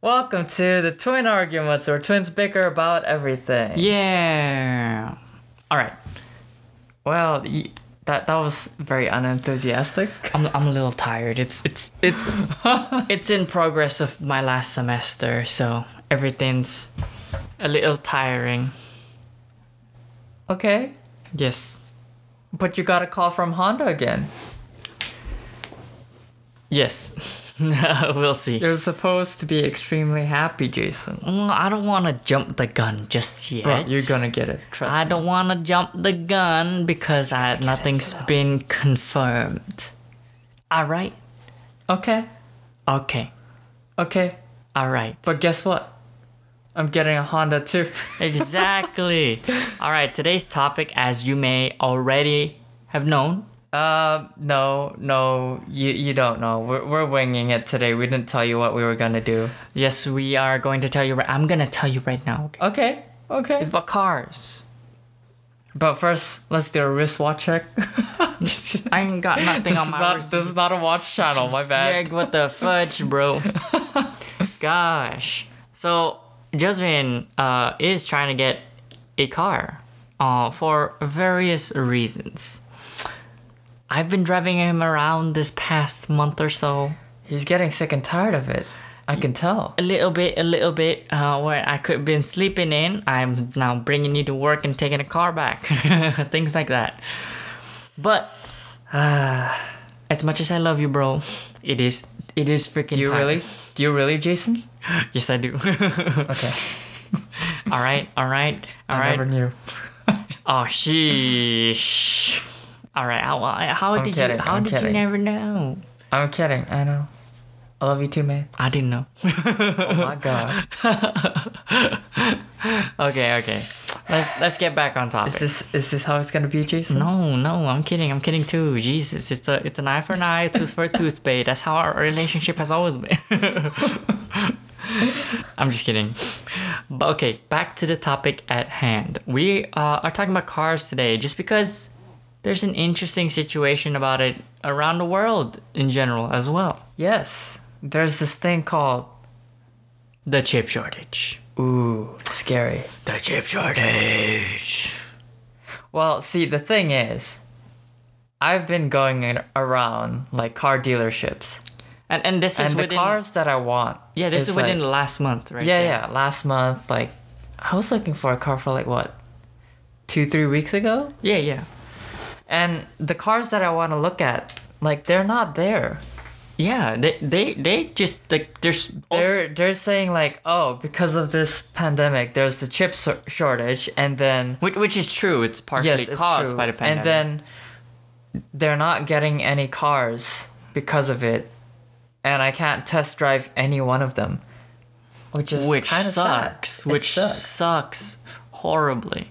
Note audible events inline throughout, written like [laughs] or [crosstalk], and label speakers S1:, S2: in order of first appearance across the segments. S1: welcome to the twin arguments where twins bicker about everything.
S2: Yeah. All right.
S1: Well, y- that that was very unenthusiastic.
S2: I'm, I'm a little tired. It's it's
S1: [laughs]
S2: it's it's in progress of my last semester, so everything's a little tiring.
S1: Okay,
S2: Yes.
S1: but you got a call from Honda again.
S2: Yes. [laughs] we'll see.
S1: You're supposed to be extremely happy, Jason.
S2: Mm, I don't want to jump the gun just yet.
S1: Bro, you're gonna get it. Trust
S2: I
S1: me.
S2: don't want to jump the gun because I, nothing's been confirmed. All right.
S1: Okay,
S2: Okay.
S1: okay.
S2: All right.
S1: But guess what? I'm getting a Honda too. [laughs]
S2: exactly. All right. Today's topic, as you may already have known,
S1: Um, no, no, you you don't know. We're we're winging it today. We didn't tell you what we were gonna do.
S2: yes, we are going to tell you. Right, I'm gonna tell you right now. Okay.
S1: Okay, okay.
S2: It's about cars.
S1: But first, let's do a wristwatch check. [laughs] this
S2: I ain't
S1: [laughs]
S2: got nothing
S1: is
S2: on my
S1: not
S2: wrist.
S1: this is not a watch channel. My bad.
S2: Greg, what the fudge,
S1: [laughs]
S2: bro? Gosh. So, Jasmine uh, is trying to get a car uh, for various reasons. I've been driving him around this past month or so.
S1: He's getting sick and tired of it. I can tell.
S2: A little bit, a little bit, uh, where I could have been sleeping in. I'm now bringing you to work and taking a car back. [laughs] Things like that. But, uh, as much as I love you, bro, it is, it is freaking
S1: Do you
S2: tiring.
S1: really? Do you really, Jason?
S2: [laughs] Yes, I do. [laughs]
S1: Okay. [laughs]
S2: all right, all right, all
S1: I
S2: right.
S1: never knew.
S2: Oh, sheesh. All right. How, how did
S1: kidding,
S2: you? How
S1: I'm
S2: did you
S1: kidding.
S2: never know?
S1: [laughs] I'm kidding. I know. I love you too,
S2: [laughs]
S1: man.
S2: I didn't know.
S1: Oh my god.
S2: okay, okay. Let's let's get back on topic.
S1: Is this is this how it's gonna be, Jason?
S2: no, no, I'm kidding. I'm kidding too. Jesus, it's a it's an eye for an eye, tooth for a tooth, babe. That's how our relationship has always been. [laughs] I'm just kidding. But okay, back to the topic at hand. We uh, are talking about cars today just because there's an interesting situation about it around the world in general as well.
S1: Yes. There's this thing called
S2: The chip shortage.
S1: ooh scary.
S2: The chip shortage.
S1: Well, see, the thing is, I've been going in- around like car dealerships,
S2: And and this
S1: and
S2: is
S1: the
S2: within
S1: cars that I want.
S2: Yeah, this is
S1: like-
S2: within the last month, right?
S1: yeah, yeah, Last month, like, I was looking for a car for like what, two, three weeks ago,
S2: Yeah, yeah.
S1: and the cars that I want to look at, like, they're not there.
S2: Yeah, they they they just like there's
S1: They're they're saying like, oh, because of this pandemic, there's the chip sor- shortage, and then
S2: which which is true. It's partially
S1: yes, it's
S2: caused
S1: true.
S2: by the pandemic.
S1: And then they're not getting any cars because of it, and I can't test drive any one of them, which is
S2: which
S1: kind of
S2: sucks,
S1: Sad. It
S2: which
S1: sucks.
S2: sucks horribly.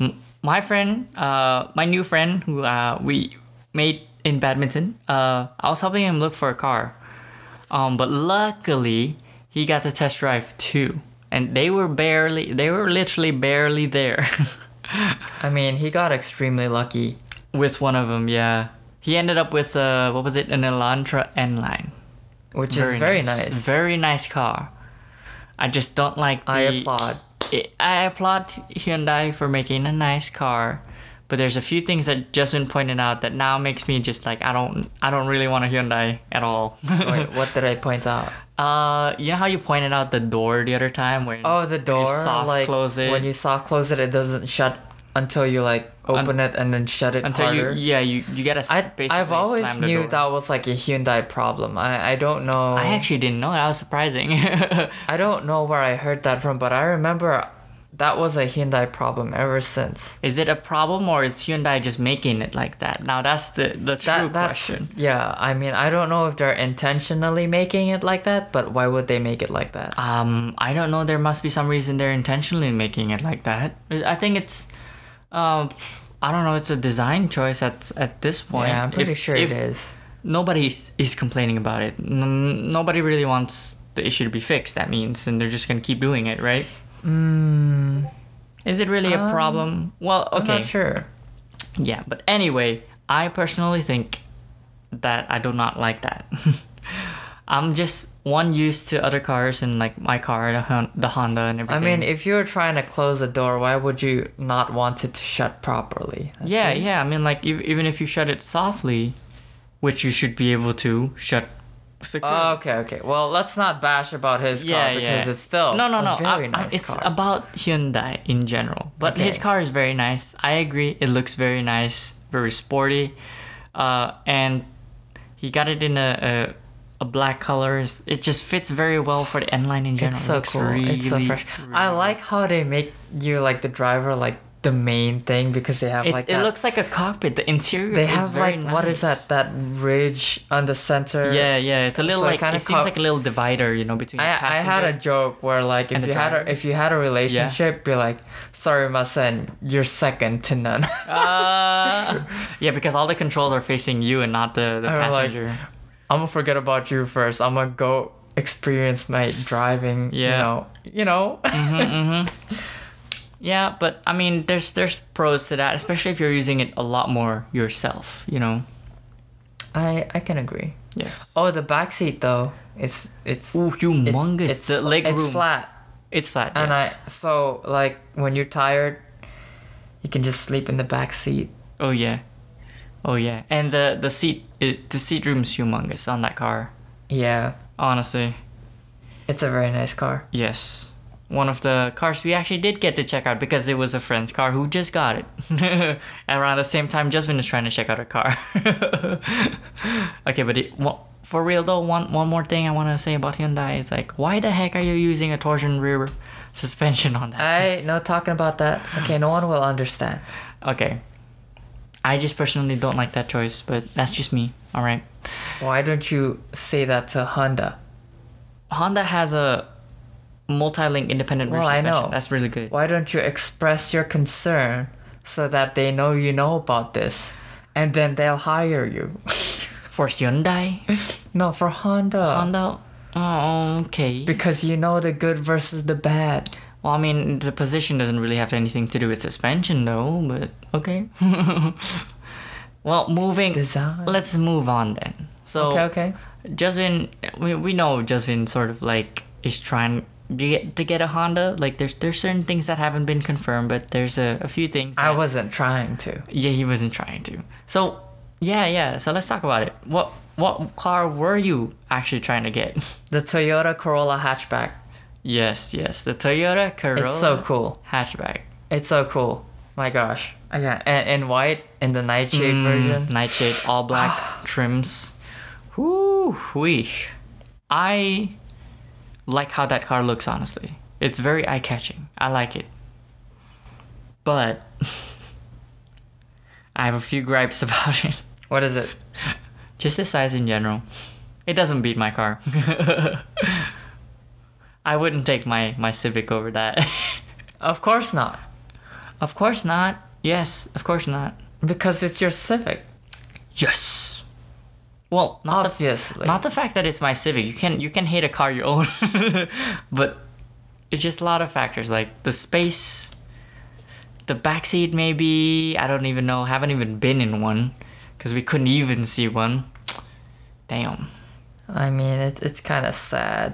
S2: M- My friend, uh, my new friend who uh, we made in badminton, uh, I was helping him look for a car, um, but luckily he got to test drive two, and they were barely, they were literally barely there. [laughs]
S1: I mean, he got extremely lucky.
S2: with one of them, yeah. He ended up with uh, what was it, an Elantra N line,
S1: Which is very nice.
S2: very nice car. I just don't like. The,
S1: I applaud.
S2: I- I applaud Hyundai for making a nice car, but there's a few things that Justin pointed out that now makes me just like I don't I don't really want a Hyundai at all. [laughs]
S1: Wait, what did I point out?
S2: uh, you know how you pointed out the door the other time where
S1: Oh, the door.
S2: soft
S1: like,
S2: close it.
S1: When you soft close it, it doesn't shut until you like open it and then shut it
S2: until
S1: harder.
S2: you yeah you you gotta s-
S1: I,
S2: basically
S1: I've always
S2: slam the
S1: knew
S2: door.
S1: that was like a Hyundai problem. I, I don't know.
S2: I actually didn't know that was surprising. [laughs]
S1: I don't know where I heard that from, but I remember that was a Hyundai problem ever since.
S2: is it a problem or is Hyundai just making it like that? Now that's the the true
S1: That that's
S2: question.
S1: yeah. I mean, I don't know if they're intentionally making it like that, but why would they make it like that?
S2: Um, I don't know. There must be some reason they're intentionally making it like that. I think it's, um, I don't know. It's a design choice at at this point.
S1: yeah, I'm pretty
S2: If-
S1: sure
S2: if
S1: it is.
S2: Nobody is- is complaining about it. N- nobody really wants the issue to be fixed. That means, and they're just gonna keep doing it, right? Is it really a problem? Well, okay.
S1: Mm. Um, I'm not sure.
S2: Yeah, but anyway, I personally think that I do not like that. [laughs] I'm just one used to other cars and like my car, the, Hon- the Honda and
S1: I
S2: everything.
S1: mean, if you were trying to close the door, why would you not want it to shut properly? That's
S2: yeah,
S1: it.
S2: yeah. I mean, like ev- even if you shut it softly, which you should be able to shut securely.
S1: Oh, okay, okay. Well, let's not bash about his
S2: yeah,
S1: car
S2: yeah.
S1: because it's still
S2: no, no,
S1: a
S2: no. I-
S1: very
S2: I-
S1: nice
S2: it's
S1: car.
S2: about Hyundai in general, but his
S1: Okay.
S2: car is very nice. I agree. It looks very nice, very sporty, uh, and he got it in a. a a black color is- it just fits very well for the N line in general.
S1: It's
S2: It
S1: so
S2: looks
S1: cool. it's so
S2: really,
S1: fresh. I
S2: really
S1: like how they make you like the driver like the main thing because they have
S2: It,
S1: like
S2: it
S1: that,
S2: looks like a cockpit. The interior
S1: They
S2: is
S1: have
S2: very
S1: like what is
S2: nice.
S1: that? That ridge on the center.
S2: Yeah, yeah. It's a little
S1: So it
S2: like
S1: kinda
S2: it seems
S1: co-
S2: like a little divider, you know, between
S1: I,
S2: the
S1: I
S2: passenger.
S1: had a joke where like if
S2: And the
S1: you had
S2: driver?
S1: a if you had a relationship, be like, sorry, Masen, you're second to none. [laughs]
S2: Uh, [laughs] yeah, because all the controls are facing you and not the, the
S1: I was like,
S2: passenger.
S1: I'm gonna forget about you first. I'm gonna go experience my driving.
S2: Yeah. Mm-hmm,
S1: You know. You know. [laughs]
S2: yeah, but I mean, there's there's pros to that, especially if you're using it a lot more yourself. You know.
S1: I I can agree.
S2: Yes.
S1: Oh, the back seat though. It's it's.
S2: Ooh,
S1: it's-
S2: humongous!
S1: It's,
S2: the leg
S1: It's
S2: room.
S1: flat.
S2: It's flat.
S1: And
S2: yes.
S1: I so like when you're tired, you can just sleep in the back seat.
S2: Oh yeah. Oh yeah. And the the seat it, the seat room's humongous on that car.
S1: Yeah,
S2: Honestly.
S1: it's a very nice car.
S2: Yes. One of the cars we actually did get to check out because it was a friend's car who just got it. [laughs] Around the same time Jasmine was trying to check out her car. [laughs] okay, but it, wha- for real though, one, one more thing I want to say about Hyundai is like, why the heck are you using a torsion rear suspension on that?
S1: I no talking about that. Okay, no one will understand.
S2: okay. I just personally don't like that choice, but that's just me, alright?
S1: Why don't you say that to Honda?
S2: Honda has a multi link independent rear
S1: Well, I
S2: suspension.
S1: know.
S2: That's really good.
S1: Why don't you express your concern so that they know you know about this, and then they'll hire you? [laughs]
S2: For Hyundai?
S1: no, for Honda.
S2: Honda? Oh, okay.
S1: Because you know the good versus the bad.
S2: Well, I mean, the position doesn't really have anything to do with suspension, though, but okay. [laughs] well, moving.
S1: design.
S2: Let's move on then. So,
S1: Okay, okay.
S2: Justin, we, we know Justin sort of like is trying to get, to get a Honda. Like, there's there's certain things that haven't been confirmed, but there's a, a few things.
S1: I
S2: that-
S1: wasn't trying to.
S2: Yeah, he wasn't trying to. So, yeah, yeah. So let's talk about it. What what car were you actually trying to get? [laughs]
S1: The Toyota Corolla hatchback.
S2: yes, yes, the Toyota Corolla.
S1: It's so cool.
S2: hatchback.
S1: It's so cool. My gosh. Okay. And in white, in the nightshade
S2: version.
S1: version.
S2: Mm. Nightshade, all black trims. Whoo wee. I like how that car looks, honestly. It's very eye catching. I like it. But [laughs] I have a few gripes [laughs] about it.
S1: What is it?
S2: Just the size in general. It doesn't beat my car. [laughs] I wouldn't take my, my Civic over that. [laughs]
S1: Of course not.
S2: of course not. Yes, of course not.
S1: Because it's your Civic.
S2: Yes. Well, not the,
S1: Obviously.
S2: not the fact that it's my Civic. You can you can hate a car you own, [laughs] but it's just a lot of factors like the space, the backseat maybe. I don't even know. Haven't even been in one because we couldn't even see one. Damn.
S1: I mean, it, it's kind of sad.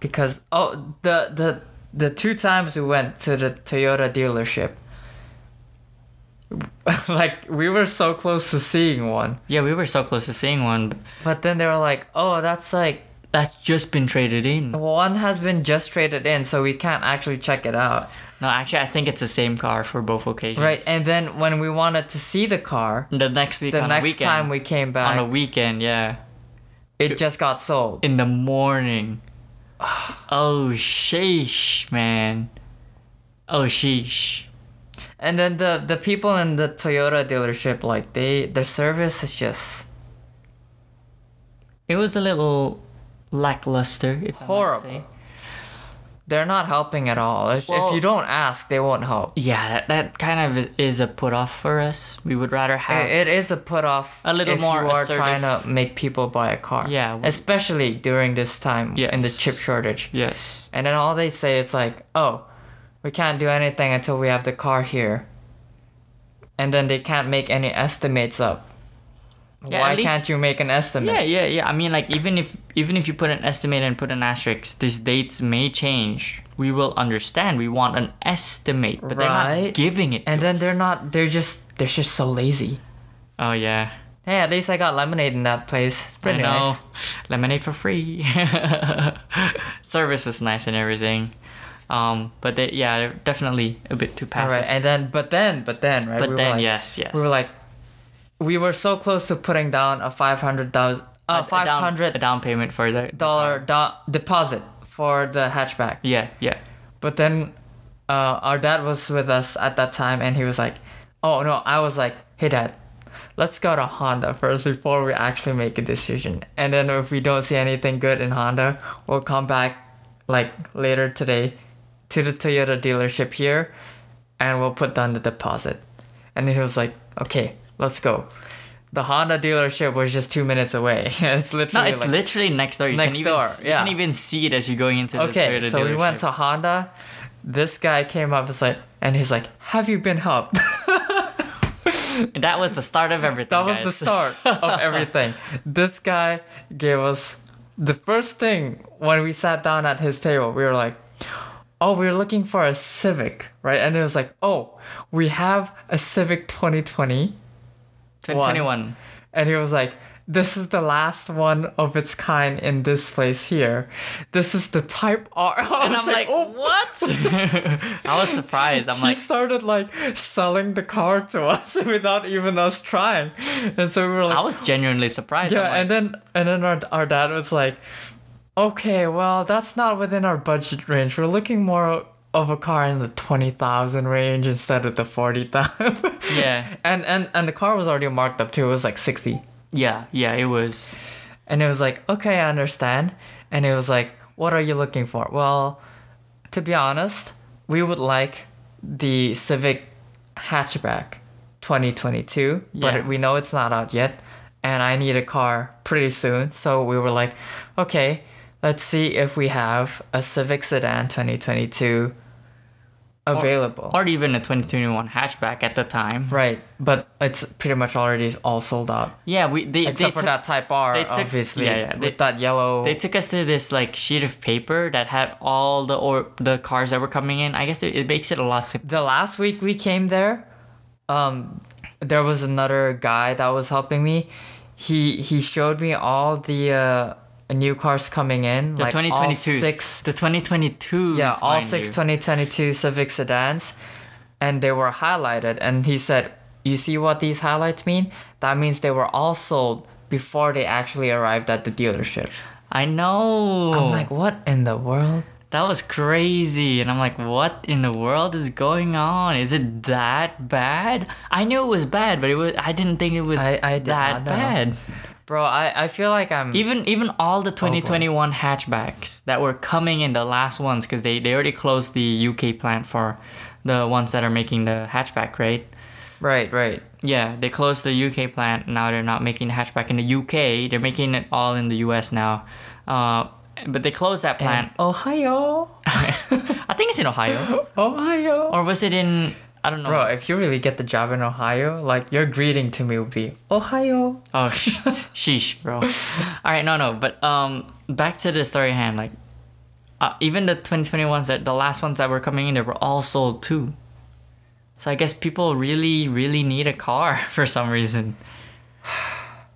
S1: Because, oh, the, the, the two times we went to the Toyota dealership, [laughs] like, we were so close to seeing one.
S2: Yeah, we were so close to seeing one. But
S1: But then they were like, oh, that's like,
S2: that's just been traded in.
S1: one has been just traded in, so we can't actually check it out.
S2: No, actually, I think it's the same car for both occasions.
S1: Right. And then when we wanted to see the car,
S2: the next week.
S1: the
S2: on
S1: next
S2: a weekend,
S1: time we came back,
S2: on a weekend, yeah.
S1: it just got sold.
S2: in the morning. Oh sheesh, man. Oh sheesh.
S1: And then the the people in the Toyota dealership, like they their service is just
S2: It was a little lackluster. If I might
S1: Horrible.
S2: say.
S1: they're not helping at all. If,
S2: Well-
S1: if you don't ask, they won't help.
S2: Yeah, that, that kind of is, is a put off for us. We would rather have.
S1: It, it is a put off.
S2: A little
S1: if
S2: more
S1: you are
S2: assertive.
S1: trying to make people buy a car.
S2: Yeah, we-
S1: Especially during this time in the
S2: Yes.
S1: chip shortage.
S2: yes.
S1: And then all they say is like, oh, we can't do anything until we have the car here. And then they can't make any estimates up.
S2: Yeah,
S1: Why
S2: at least-
S1: can't you make an estimate?
S2: Yeah, yeah, yeah. I mean, like even if even if you put an estimate and put an asterisk, these dates may change. We will understand. We want an estimate, but they're not
S1: Right.
S2: giving it.
S1: and
S2: to
S1: then
S2: us.
S1: they're not they're just they're just so lazy
S2: Oh yeah,
S1: hey at least i got lemonade in that place it's
S2: I
S1: pretty
S2: know.
S1: nice
S2: Lemonade for free. [laughs] Service was nice and everything, um, but they yeah they're definitely a bit too
S1: all
S2: passive.
S1: right and then but then but then right
S2: but
S1: we
S2: then
S1: were like,
S2: yes, yes.
S1: we were like we were so close to putting down a 500000
S2: a,
S1: uh,
S2: a down- a
S1: 500
S2: down payment for the
S1: dollar do- deposit for the hatchback
S2: Yeah, yeah.
S1: But then uh, our dad was with us at that time and he was like, oh no, I was like, hey dad, let's go to Honda first before we actually make a decision. And then if we don't see anything good in Honda, we'll come back like later today to the Toyota dealership here and we'll put down the deposit. And he was like, okay, let's go. The Honda dealership was just two minutes away. [laughs] it's
S2: No,
S1: literally
S2: it's
S1: like,
S2: literally next door. You
S1: Next
S2: can even,
S1: door,
S2: s-
S1: yeah.
S2: You can even see it as you're going into the
S1: Okay,
S2: Toyota
S1: so we went
S2: dealership.
S1: to Honda. This guy came up and like, and he's like, "Have you been
S2: [laughs]
S1: helped?"
S2: And that was the start of
S1: [laughs]
S2: everything.
S1: that was
S2: guys.
S1: the start
S2: [laughs]
S1: of everything. This guy gave us the first thing when we sat down at his table. We were like, "Oh, we we're looking for a Civic, right?" And it was like, "Oh, we have a Civic 2020."
S2: 2021.
S1: And he was like, This is the last one of its kind in this place here. This is the Type R. [laughs]
S2: And I'm like,
S1: "Oh."
S2: what? [laughs] I was surprised. I'm
S1: he [laughs]
S2: like,
S1: started like selling the car to [laughs] us without even us trying and so we were
S2: I
S1: like
S2: was genuinely surprised.
S1: yeah
S2: I'm like,
S1: and then and then our, our dad was like okay well that's not within our budget range we're looking more of a car in the 20000 range instead of the 40000
S2: yeah,
S1: [laughs] and and and the car was already marked up too it was like 60
S2: yeah, yeah. It was.
S1: and it was like, okay, I understand. And it was like, what are you looking for? Well, to be honest, we would like the Civic hatchback 2022,
S2: Yeah.
S1: but we know it's not out yet. And I need a car pretty soon. So we were like, okay, let's see if we have a Civic sedan 2022 available.
S2: Or even a 2021 hatchback at the time.
S1: right. But it's pretty much already all sold out.
S2: Yeah, we they
S1: Except
S2: they
S1: for
S2: took,
S1: that Type R,
S2: they took-
S1: obviously.
S2: yeah, yeah, they-
S1: with that yellow.
S2: They took us to this like sheet of paper that had all the or the cars that were coming in. I guess it, it makes it a lot simpler.
S1: the last week we came there, um, there was another guy that was helping me. He he showed me all the uh, new cars coming in,
S2: The
S1: like all
S2: 2022s.
S1: six,
S2: the 2022s.
S1: yeah, all
S2: mind
S1: six
S2: you.
S1: 2022 Civic sedans, and they were highlighted. And he said, "You see what these highlights mean? That means they were all sold before they actually arrived at the dealership."
S2: I know.
S1: I'm like, "What in the world?"
S2: that was crazy. And I'm like, what in the world is going on? Is it that bad? I knew it was bad, but it was I didn't think it was
S1: I- I did
S2: that
S1: not know.
S2: bad.
S1: Bro, I, I feel like I'm
S2: Even even all the 2021 hatchbacks that were coming in the last ones because they, they already closed the UK plant for the ones that are making the hatchback, right?
S1: right, right.
S2: Yeah, they closed the UK plant. Now they're not making the hatchback in the UK. They're making it all in the US now. Uh, but they closed that plant. [laughs]
S1: Ohio,
S2: I think it's in Ohio,
S1: Ohio.
S2: or was it in? I don't know.
S1: Bro, if you really get the job in Ohio, like your greeting to me would be Ohio.
S2: Oh, sh- sheesh, bro. All right, no, no, but um, back to the story at hand. Like, uh, even the 2021s that the last ones that were coming in, they were all sold too. So I guess people really, really need a car [laughs] for some reason.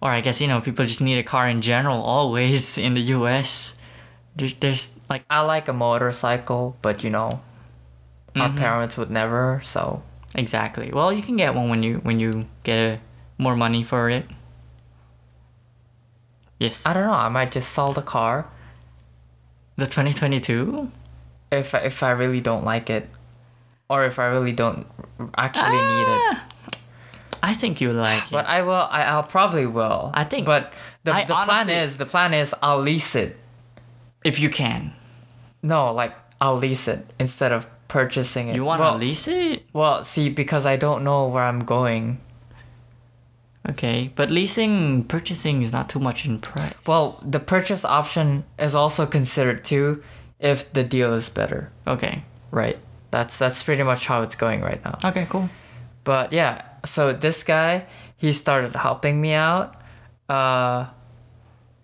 S2: Or I guess you know people just need a car in general always in the U.S. There's, there's like
S1: I like a motorcycle, but you know, my
S2: Mm-hmm.
S1: parents would never. So
S2: exactly. Well, you can get one when you when you get a, more money for it. Yes,
S1: I don't know. I might just sell the car
S2: the 2022.
S1: if if I really don't like it, or if I really don't actually
S2: Ah!
S1: need it.
S2: I think you like it.
S1: Ah. But I will. I, I'll probably will.
S2: I think-
S1: But the,
S2: I
S1: the plan
S2: honestly-
S1: is the plan is I'll lease it.
S2: If you can.
S1: No, like I'll lease it instead of purchasing it.
S2: You want to
S1: well,
S2: lease it?
S1: Well, see, because I don't know where I'm going.
S2: Okay, but leasing, purchasing is not too much in price.
S1: Well, the purchase option is also considered too if the deal is better,
S2: Okay.
S1: right? That's that's pretty much how it's going right now.
S2: Okay, cool.
S1: But yeah, so this guy, he started helping me out. Uh,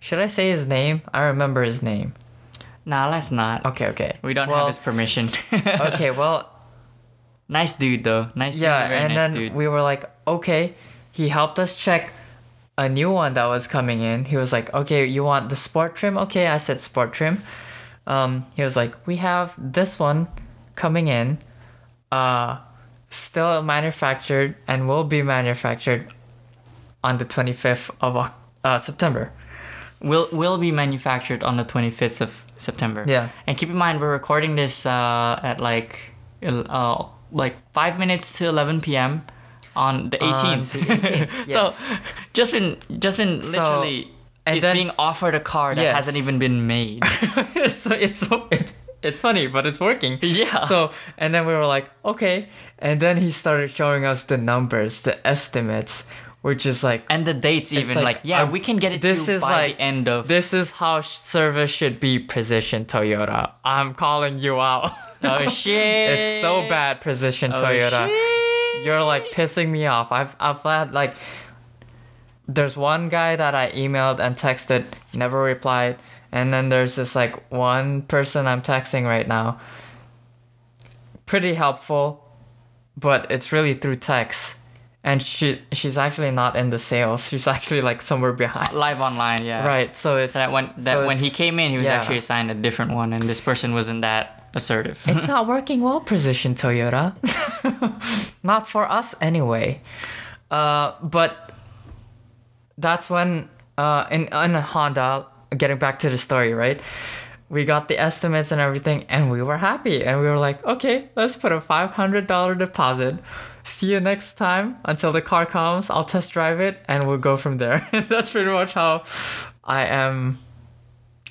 S1: should I say his name? I remember his name.
S2: Nah, let's not.
S1: Okay, okay.
S2: We don't
S1: Well,
S2: have his permission. [laughs]
S1: okay, well,
S2: nice dude though. Nice. he's a
S1: yeah,
S2: very
S1: and
S2: nice
S1: then
S2: dude.
S1: we were like, okay. He helped us check a new one that was coming in. He was like, okay, you want the sport trim? Okay, I said sport trim. Um, he was like, we have this one coming in, uh, still manufactured and will be manufactured on the 25th of Oc- uh, September.
S2: will will be manufactured on the 25th of September.
S1: Yeah.
S2: And keep in mind we're recording this uh, at like el- uh, like 5 minutes to 11 p.m. on the 18th.
S1: the 18th, yes.
S2: [laughs] so Justin Justin
S1: So,
S2: literally
S1: and
S2: is
S1: then-
S2: being offered a car that
S1: Yes.
S2: hasn't even
S1: [laughs]
S2: been made.
S1: so it's it's it's funny, but it's [laughs] working.
S2: Yeah.
S1: So and then we were like, okay, and then he started showing us the numbers, the estimates, which is like
S2: and the dates even
S1: like,
S2: like, yeah,
S1: uh,
S2: we can get it
S1: this
S2: to you
S1: is
S2: by
S1: like-
S2: the end of
S1: this is how sh- service should be positioned, Toyota. I'm calling you out.
S2: Oh shit.
S1: [laughs] it's so bad, position
S2: Oh,
S1: Toyota.
S2: shit.
S1: You're like pissing me off. I've I've had like there's one guy that I emailed and texted, never replied, and then there's this like one person I'm texting right now. Pretty helpful, but it's really through text. And she she's actually not in the sales. She's actually like somewhere behind.
S2: live online, yeah.
S1: Right. So it's
S2: that when that
S1: so
S2: when he
S1: it's-
S2: came in, he was
S1: yeah.
S2: actually [laughs] assigned a different one, and this person wasn't that assertive.
S1: [laughs] it's not working well position toyota [laughs] not for us anyway uh, but that's when uh, in, in honda getting back to the story right we got the estimates and everything and we were happy and we were like okay let's put a $500 deposit see you next time until the car comes i'll test drive it and we'll go from there [laughs] that's pretty much how i am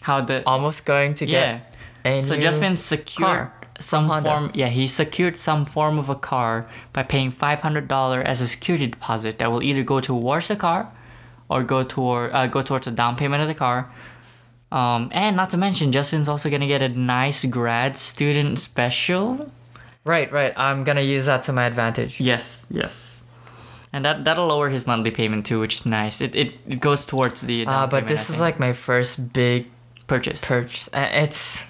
S2: How the
S1: almost going to
S2: yeah.
S1: get a
S2: So
S1: new-
S2: Justin secured
S1: car
S2: some
S1: Honda.
S2: form. Yeah, he secured some form of a car by paying five hundred dollar as a security deposit that will either go towards the car, or go toward uh, go towards the down payment of the car. Um, and not to mention, Justin's also gonna get a nice grad student special.
S1: right right i'm gonna use that to my advantage
S2: Yes, yes. And that that'll lower his monthly payment too, which is nice. It it, it goes towards the down
S1: Uh, but
S2: payment, I
S1: this is
S2: think.
S1: like my first big
S2: purchase.
S1: purchase. Uh, it's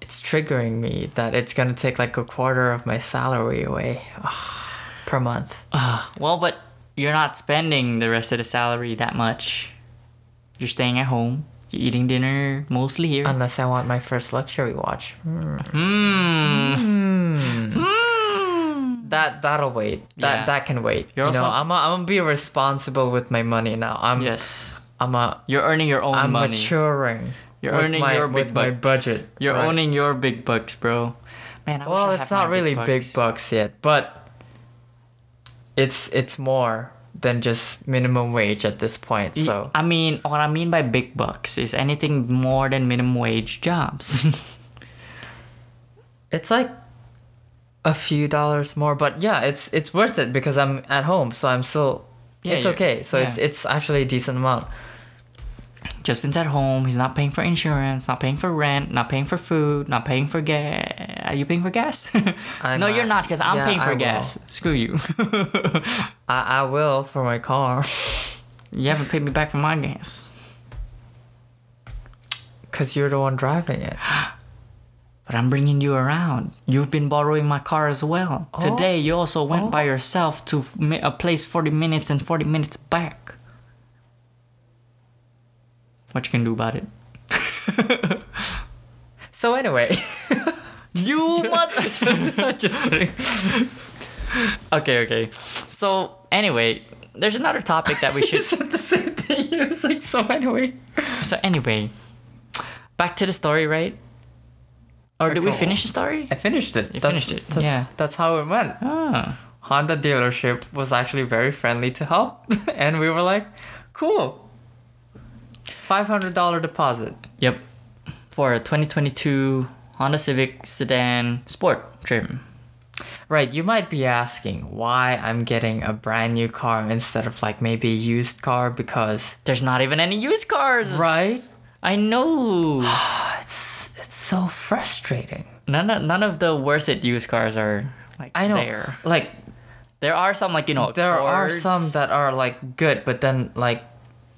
S1: it's triggering me that it's gonna take like a quarter of my salary away Ugh, per month.
S2: Uh-huh. well, but you're not spending the rest of the salary that much. You're staying at home. You're eating dinner mostly here.
S1: Unless I want my first luxury watch. Hmm. That that'll wait. That
S2: Yeah.
S1: that can wait.
S2: You're
S1: you know,
S2: also-
S1: I'm a, I'm gonna be responsible with my money now. I'm
S2: yes,
S1: I'm a
S2: you're earning your own
S1: I'm
S2: money.
S1: maturing.
S2: You're
S1: with
S2: earning
S1: my,
S2: your big
S1: with
S2: bucks.
S1: my budget.
S2: You're
S1: right?
S2: owning your big bucks, bro. Man, I wish
S1: Well,
S2: I
S1: it's
S2: had my
S1: not really big
S2: bucks.
S1: bucks yet, but it's it's more than just minimum wage at this point.
S2: Y-
S1: So
S2: I mean, what I mean by big bucks is anything more than minimum wage jobs. [laughs]
S1: it's like a few dollars more, but yeah, it's it's worth it because I'm at home, so I'm still
S2: Yeah,
S1: it's
S2: you-
S1: okay. So it's
S2: yeah.
S1: it's actually a decent amount.
S2: Justin's at home. He's not paying for insurance, not paying for rent, not paying for food, not paying for gas. Are you paying for gas? [laughs]
S1: I'm
S2: no,
S1: not.
S2: you're not, because I'm
S1: Yeah,
S2: paying
S1: I
S2: for
S1: will.
S2: gas. Screw you. [laughs]
S1: I, I will for my car [laughs]
S2: you haven't paid me back for my gas.
S1: because you're the one driving it.
S2: But I'm bringing you around. You've been borrowing my car as well.
S1: Oh.
S2: Today, you also went by yourself to f- mi- a place 40 minutes and 40 minutes back. What you can do about it?
S1: So anyway, [laughs]
S2: [laughs] You mother. [laughs]
S1: just kidding.
S2: okay, okay. So, anyway, there's another topic that we
S1: [laughs]
S2: should.
S1: said the same thing. [laughs] It was like so anyway.
S2: So anyway, back to the story, right? Or did we
S1: Okay.
S2: finish the story?
S1: I finished it.
S2: You
S1: That's-
S2: finished it,
S1: That's,
S2: yeah.
S1: that's how it went.
S2: Ah.
S1: Honda dealership was actually very friendly to help, [laughs] and we were like, cool. $500 deposit.
S2: Yep. For a 2022 Honda Civic sedan sport trim.
S1: Right, you might be asking why I'm getting a brand new car instead of like maybe a used car because
S2: There's not even any used cars.
S1: Right?
S2: I know. [gasps]
S1: it's it's so frustrating.
S2: none of, none of the worth it used cars are like
S1: I know.
S2: there.
S1: Like
S2: There are some like you know
S1: there are
S2: Accords.
S1: some that are like good, but then like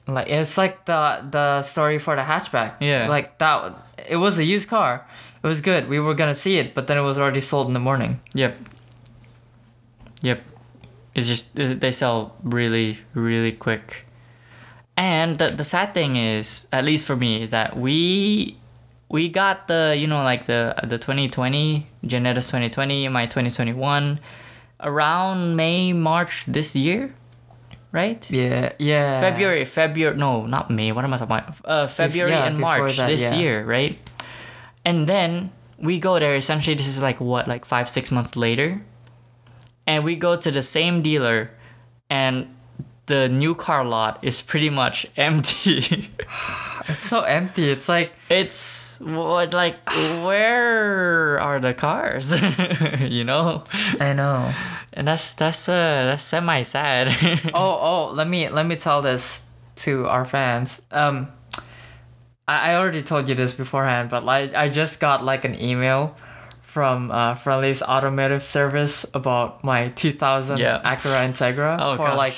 S1: like it's like the the story for the hatchback.
S2: Yeah.
S1: Like that it was a used car. It was good. We were gonna see it, but then it was already sold in the morning.
S2: Yep. Yep. It's just uh, they sell really really quick. And the the sad thing is, at least for me, is that we we got the you know like the the 2020 Genetis 2020 my 2021 around May March this year, right?
S1: Yeah. Yeah.
S2: February, February, no, not May. What am I talking about? Uh, February
S1: yeah,
S2: and
S1: before
S2: March
S1: that,
S2: this
S1: yeah.
S2: year, right? And then we go there. Essentially, this is like what, like five, six months later, and we go to the same dealer, and the new car lot is pretty much [laughs] empty.
S1: It's so empty. It's like
S2: it's what like where are the cars? [laughs] you know,
S1: I know.
S2: and that's that's uh that's semi sad.
S1: oh oh let me let me tell this to our fans um i, I already told you this beforehand but like i just got like an email from uh, Friendly's automotive service about my 2000
S2: Yeah.
S1: Acura Integra
S2: Oh,
S1: for
S2: gosh.
S1: like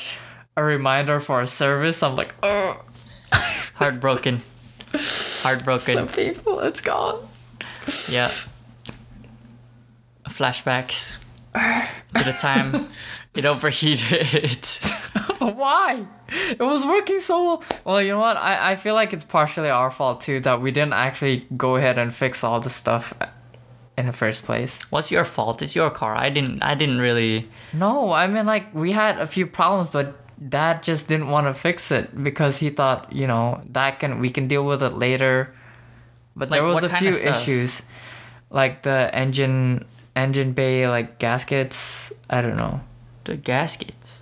S1: a reminder for a service. I'm like, oh,
S2: [laughs] Heartbroken. Heartbroken.
S1: some people, it's gone.
S2: Yeah. Flashbacks to the
S1: [laughs]
S2: time it overheated.
S1: Why? It was working so well. Well, you know what? I, I feel like it's partially our fault too that we didn't actually go ahead and fix all the stuff in the first place.
S2: What's your fault? It's your car. I didn't. I didn't really.
S1: No, I mean like we had a few problems, but Dad just didn't want to fix it because he thought you know that can we can deal with it later. But there
S2: Like,
S1: was
S2: what
S1: a
S2: kind
S1: few
S2: of stuff?
S1: issues, like the engine engine bay like gaskets. I don't know.
S2: The gaskets.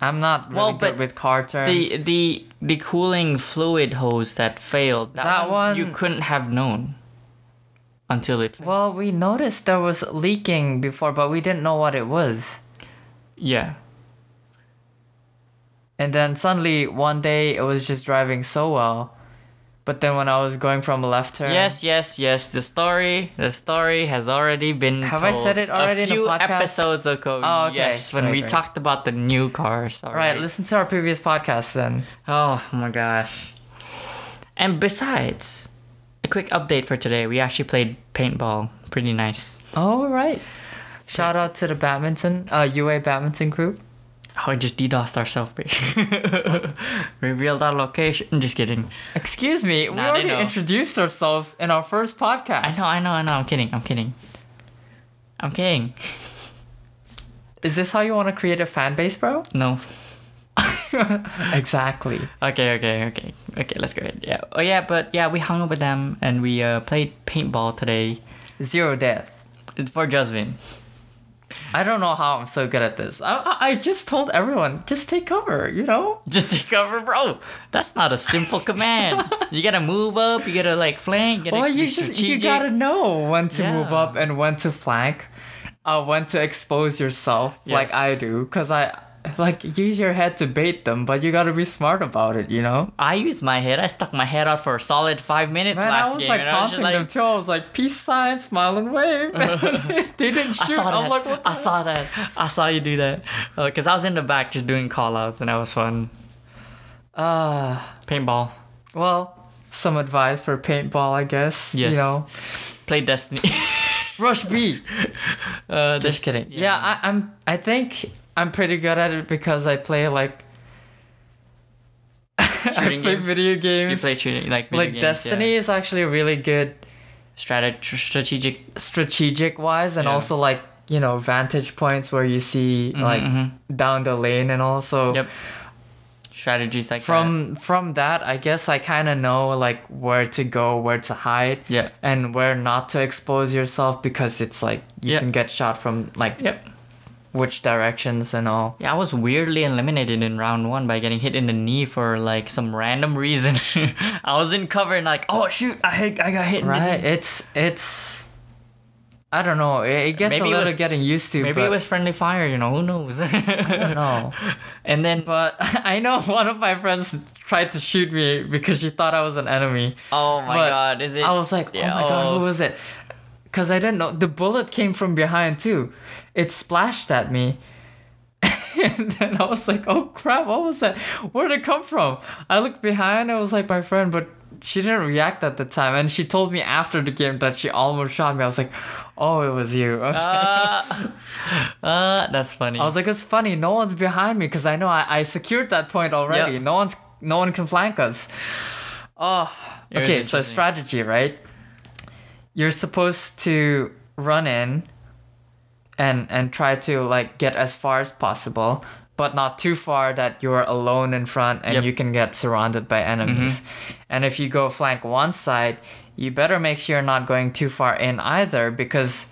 S1: I'm not really
S2: Well,
S1: good
S2: but
S1: with car terms.
S2: The the the cooling fluid hose that failed. That,
S1: That
S2: you
S1: one-
S2: couldn't have known until it. failed.
S1: well, we noticed there was leaking before, but we didn't know what it was.
S2: yeah.
S1: And then suddenly one day it was just driving so well, but then when I was going from a left turn,
S2: Yes, yes, yes. The story, the story has already been.
S1: Have I
S2: told
S1: said it already
S2: A
S1: in the
S2: few
S1: podcast?
S2: episodes ago.
S1: Oh, okay.
S2: Yes, when
S1: Great,
S2: we
S1: great.
S2: talked about the new cars. All
S1: All right, listen to our previous podcast then.
S2: Oh my gosh. And besides, a quick update for today. We actually played paintball. Pretty nice.
S1: All right. Shout out to the badminton, uh, UA badminton group.
S2: Oh, we just DDoSed ourselves. [laughs] Revealed our location. I'm just kidding.
S1: Excuse me, we
S2: Nah, they
S1: already
S2: know.
S1: introduced ourselves in our first podcast.
S2: I know, I know, I know. I'm kidding. I'm kidding. I'm kidding.
S1: Is this how you want to create a fan base,
S2: [laughs]
S1: bro?
S2: No.
S1: exactly.
S2: Okay, okay, okay. Okay, let's go ahead. Yeah. Oh, yeah, but yeah, we hung up with them and we uh, played paintball today
S1: Zero death.
S2: It's for Jasmine.
S1: I don't know how I'm so good at this. I, I, I just told everyone, just take over, you know?
S2: Just take over, bro. Oh, That's not a simple command. You gotta move up. You gotta like flank. You gotta
S1: Well,
S2: be
S1: you just you
S2: strategic.
S1: gotta know when to move
S2: Yeah.
S1: up and when to flank, uh, when to expose yourself, like
S2: Yes.
S1: I do, cause I like use your head to bait them, but you gotta be smart about it, you know.
S2: I used my head. I stuck my head out for a solid five minutes
S1: Man,
S2: last
S1: I was
S2: game.
S1: like
S2: and I was
S1: taunting
S2: just like,
S1: them too. I was like peace sign, smile and wave. [laughs] they didn't
S2: I
S1: shoot.
S2: saw
S1: I'm
S2: that.
S1: like, what the
S2: I saw that. I saw you do that. Because I was in the back just doing call outs and that was fun.
S1: Uh,
S2: Paintball.
S1: well, some advice for paintball, I guess.
S2: Yes.
S1: You know,
S2: Play Destiny. [laughs]
S1: rush B.
S2: uh,
S1: Just
S2: Destiny.
S1: kidding. Yeah, I, I'm. I think I'm pretty good at it because I play like [laughs] I
S2: Shooting
S1: play
S2: games.
S1: video games.
S2: You play shooting, like video
S1: like
S2: games,
S1: Destiny
S2: Yeah.
S1: is actually really good
S2: Strat- strategic.
S1: strategic wise, and
S2: Yeah. Mm-hmm,
S1: also like you know vantage points where you see like down the lane and also.
S2: Yep. Strategies like that.
S1: From from that, I guess I kind of know like where to go, where to hide,
S2: Yeah.
S1: and where not to expose yourself because it's like you
S2: Yeah.
S1: can get shot from like
S2: Yep.
S1: which directions and all.
S2: Yeah, I was weirdly eliminated in round one by getting hit in the knee for like some random reason. [laughs] I was in cover and like, oh shoot, I hit, I got hit. in the knee."
S1: Right? It's it's. I don't know. It, it gets
S2: Maybe
S1: a
S2: it
S1: little
S2: was-
S1: getting used to.
S2: Maybe
S1: but
S2: it was friendly fire, you know, who knows? [laughs]
S1: no.
S2: and then,
S1: But [laughs] I know one of my friends tried to shoot me because she thought I was an enemy.
S2: oh my
S1: But
S2: god, is it?
S1: I was like, oh my god, who was it? Because I didn't know. The bullet came from behind too. It splashed at me. [laughs] and then I was like, oh crap, what was that? Where did it come from? I looked behind, I was like, my friend, but she didn't react at the time. And she told me after the game that she almost shot me. I was like, oh, it was you. I was like-
S2: Uh, uh, that's funny.
S1: I was like, it's funny. No one's behind me because I know I, I secured that point already.
S2: Yep.
S1: No one's no one can flank us. Oh,
S2: It was
S1: okay. So
S2: interesting.
S1: strategy, right? You're supposed to run in and and try to like get as far as possible, but not too far that you're alone in front and
S2: Yep. Mm-hmm.
S1: you can get surrounded by enemies. And if you go flank one side, you better make sure you're not going too far in either because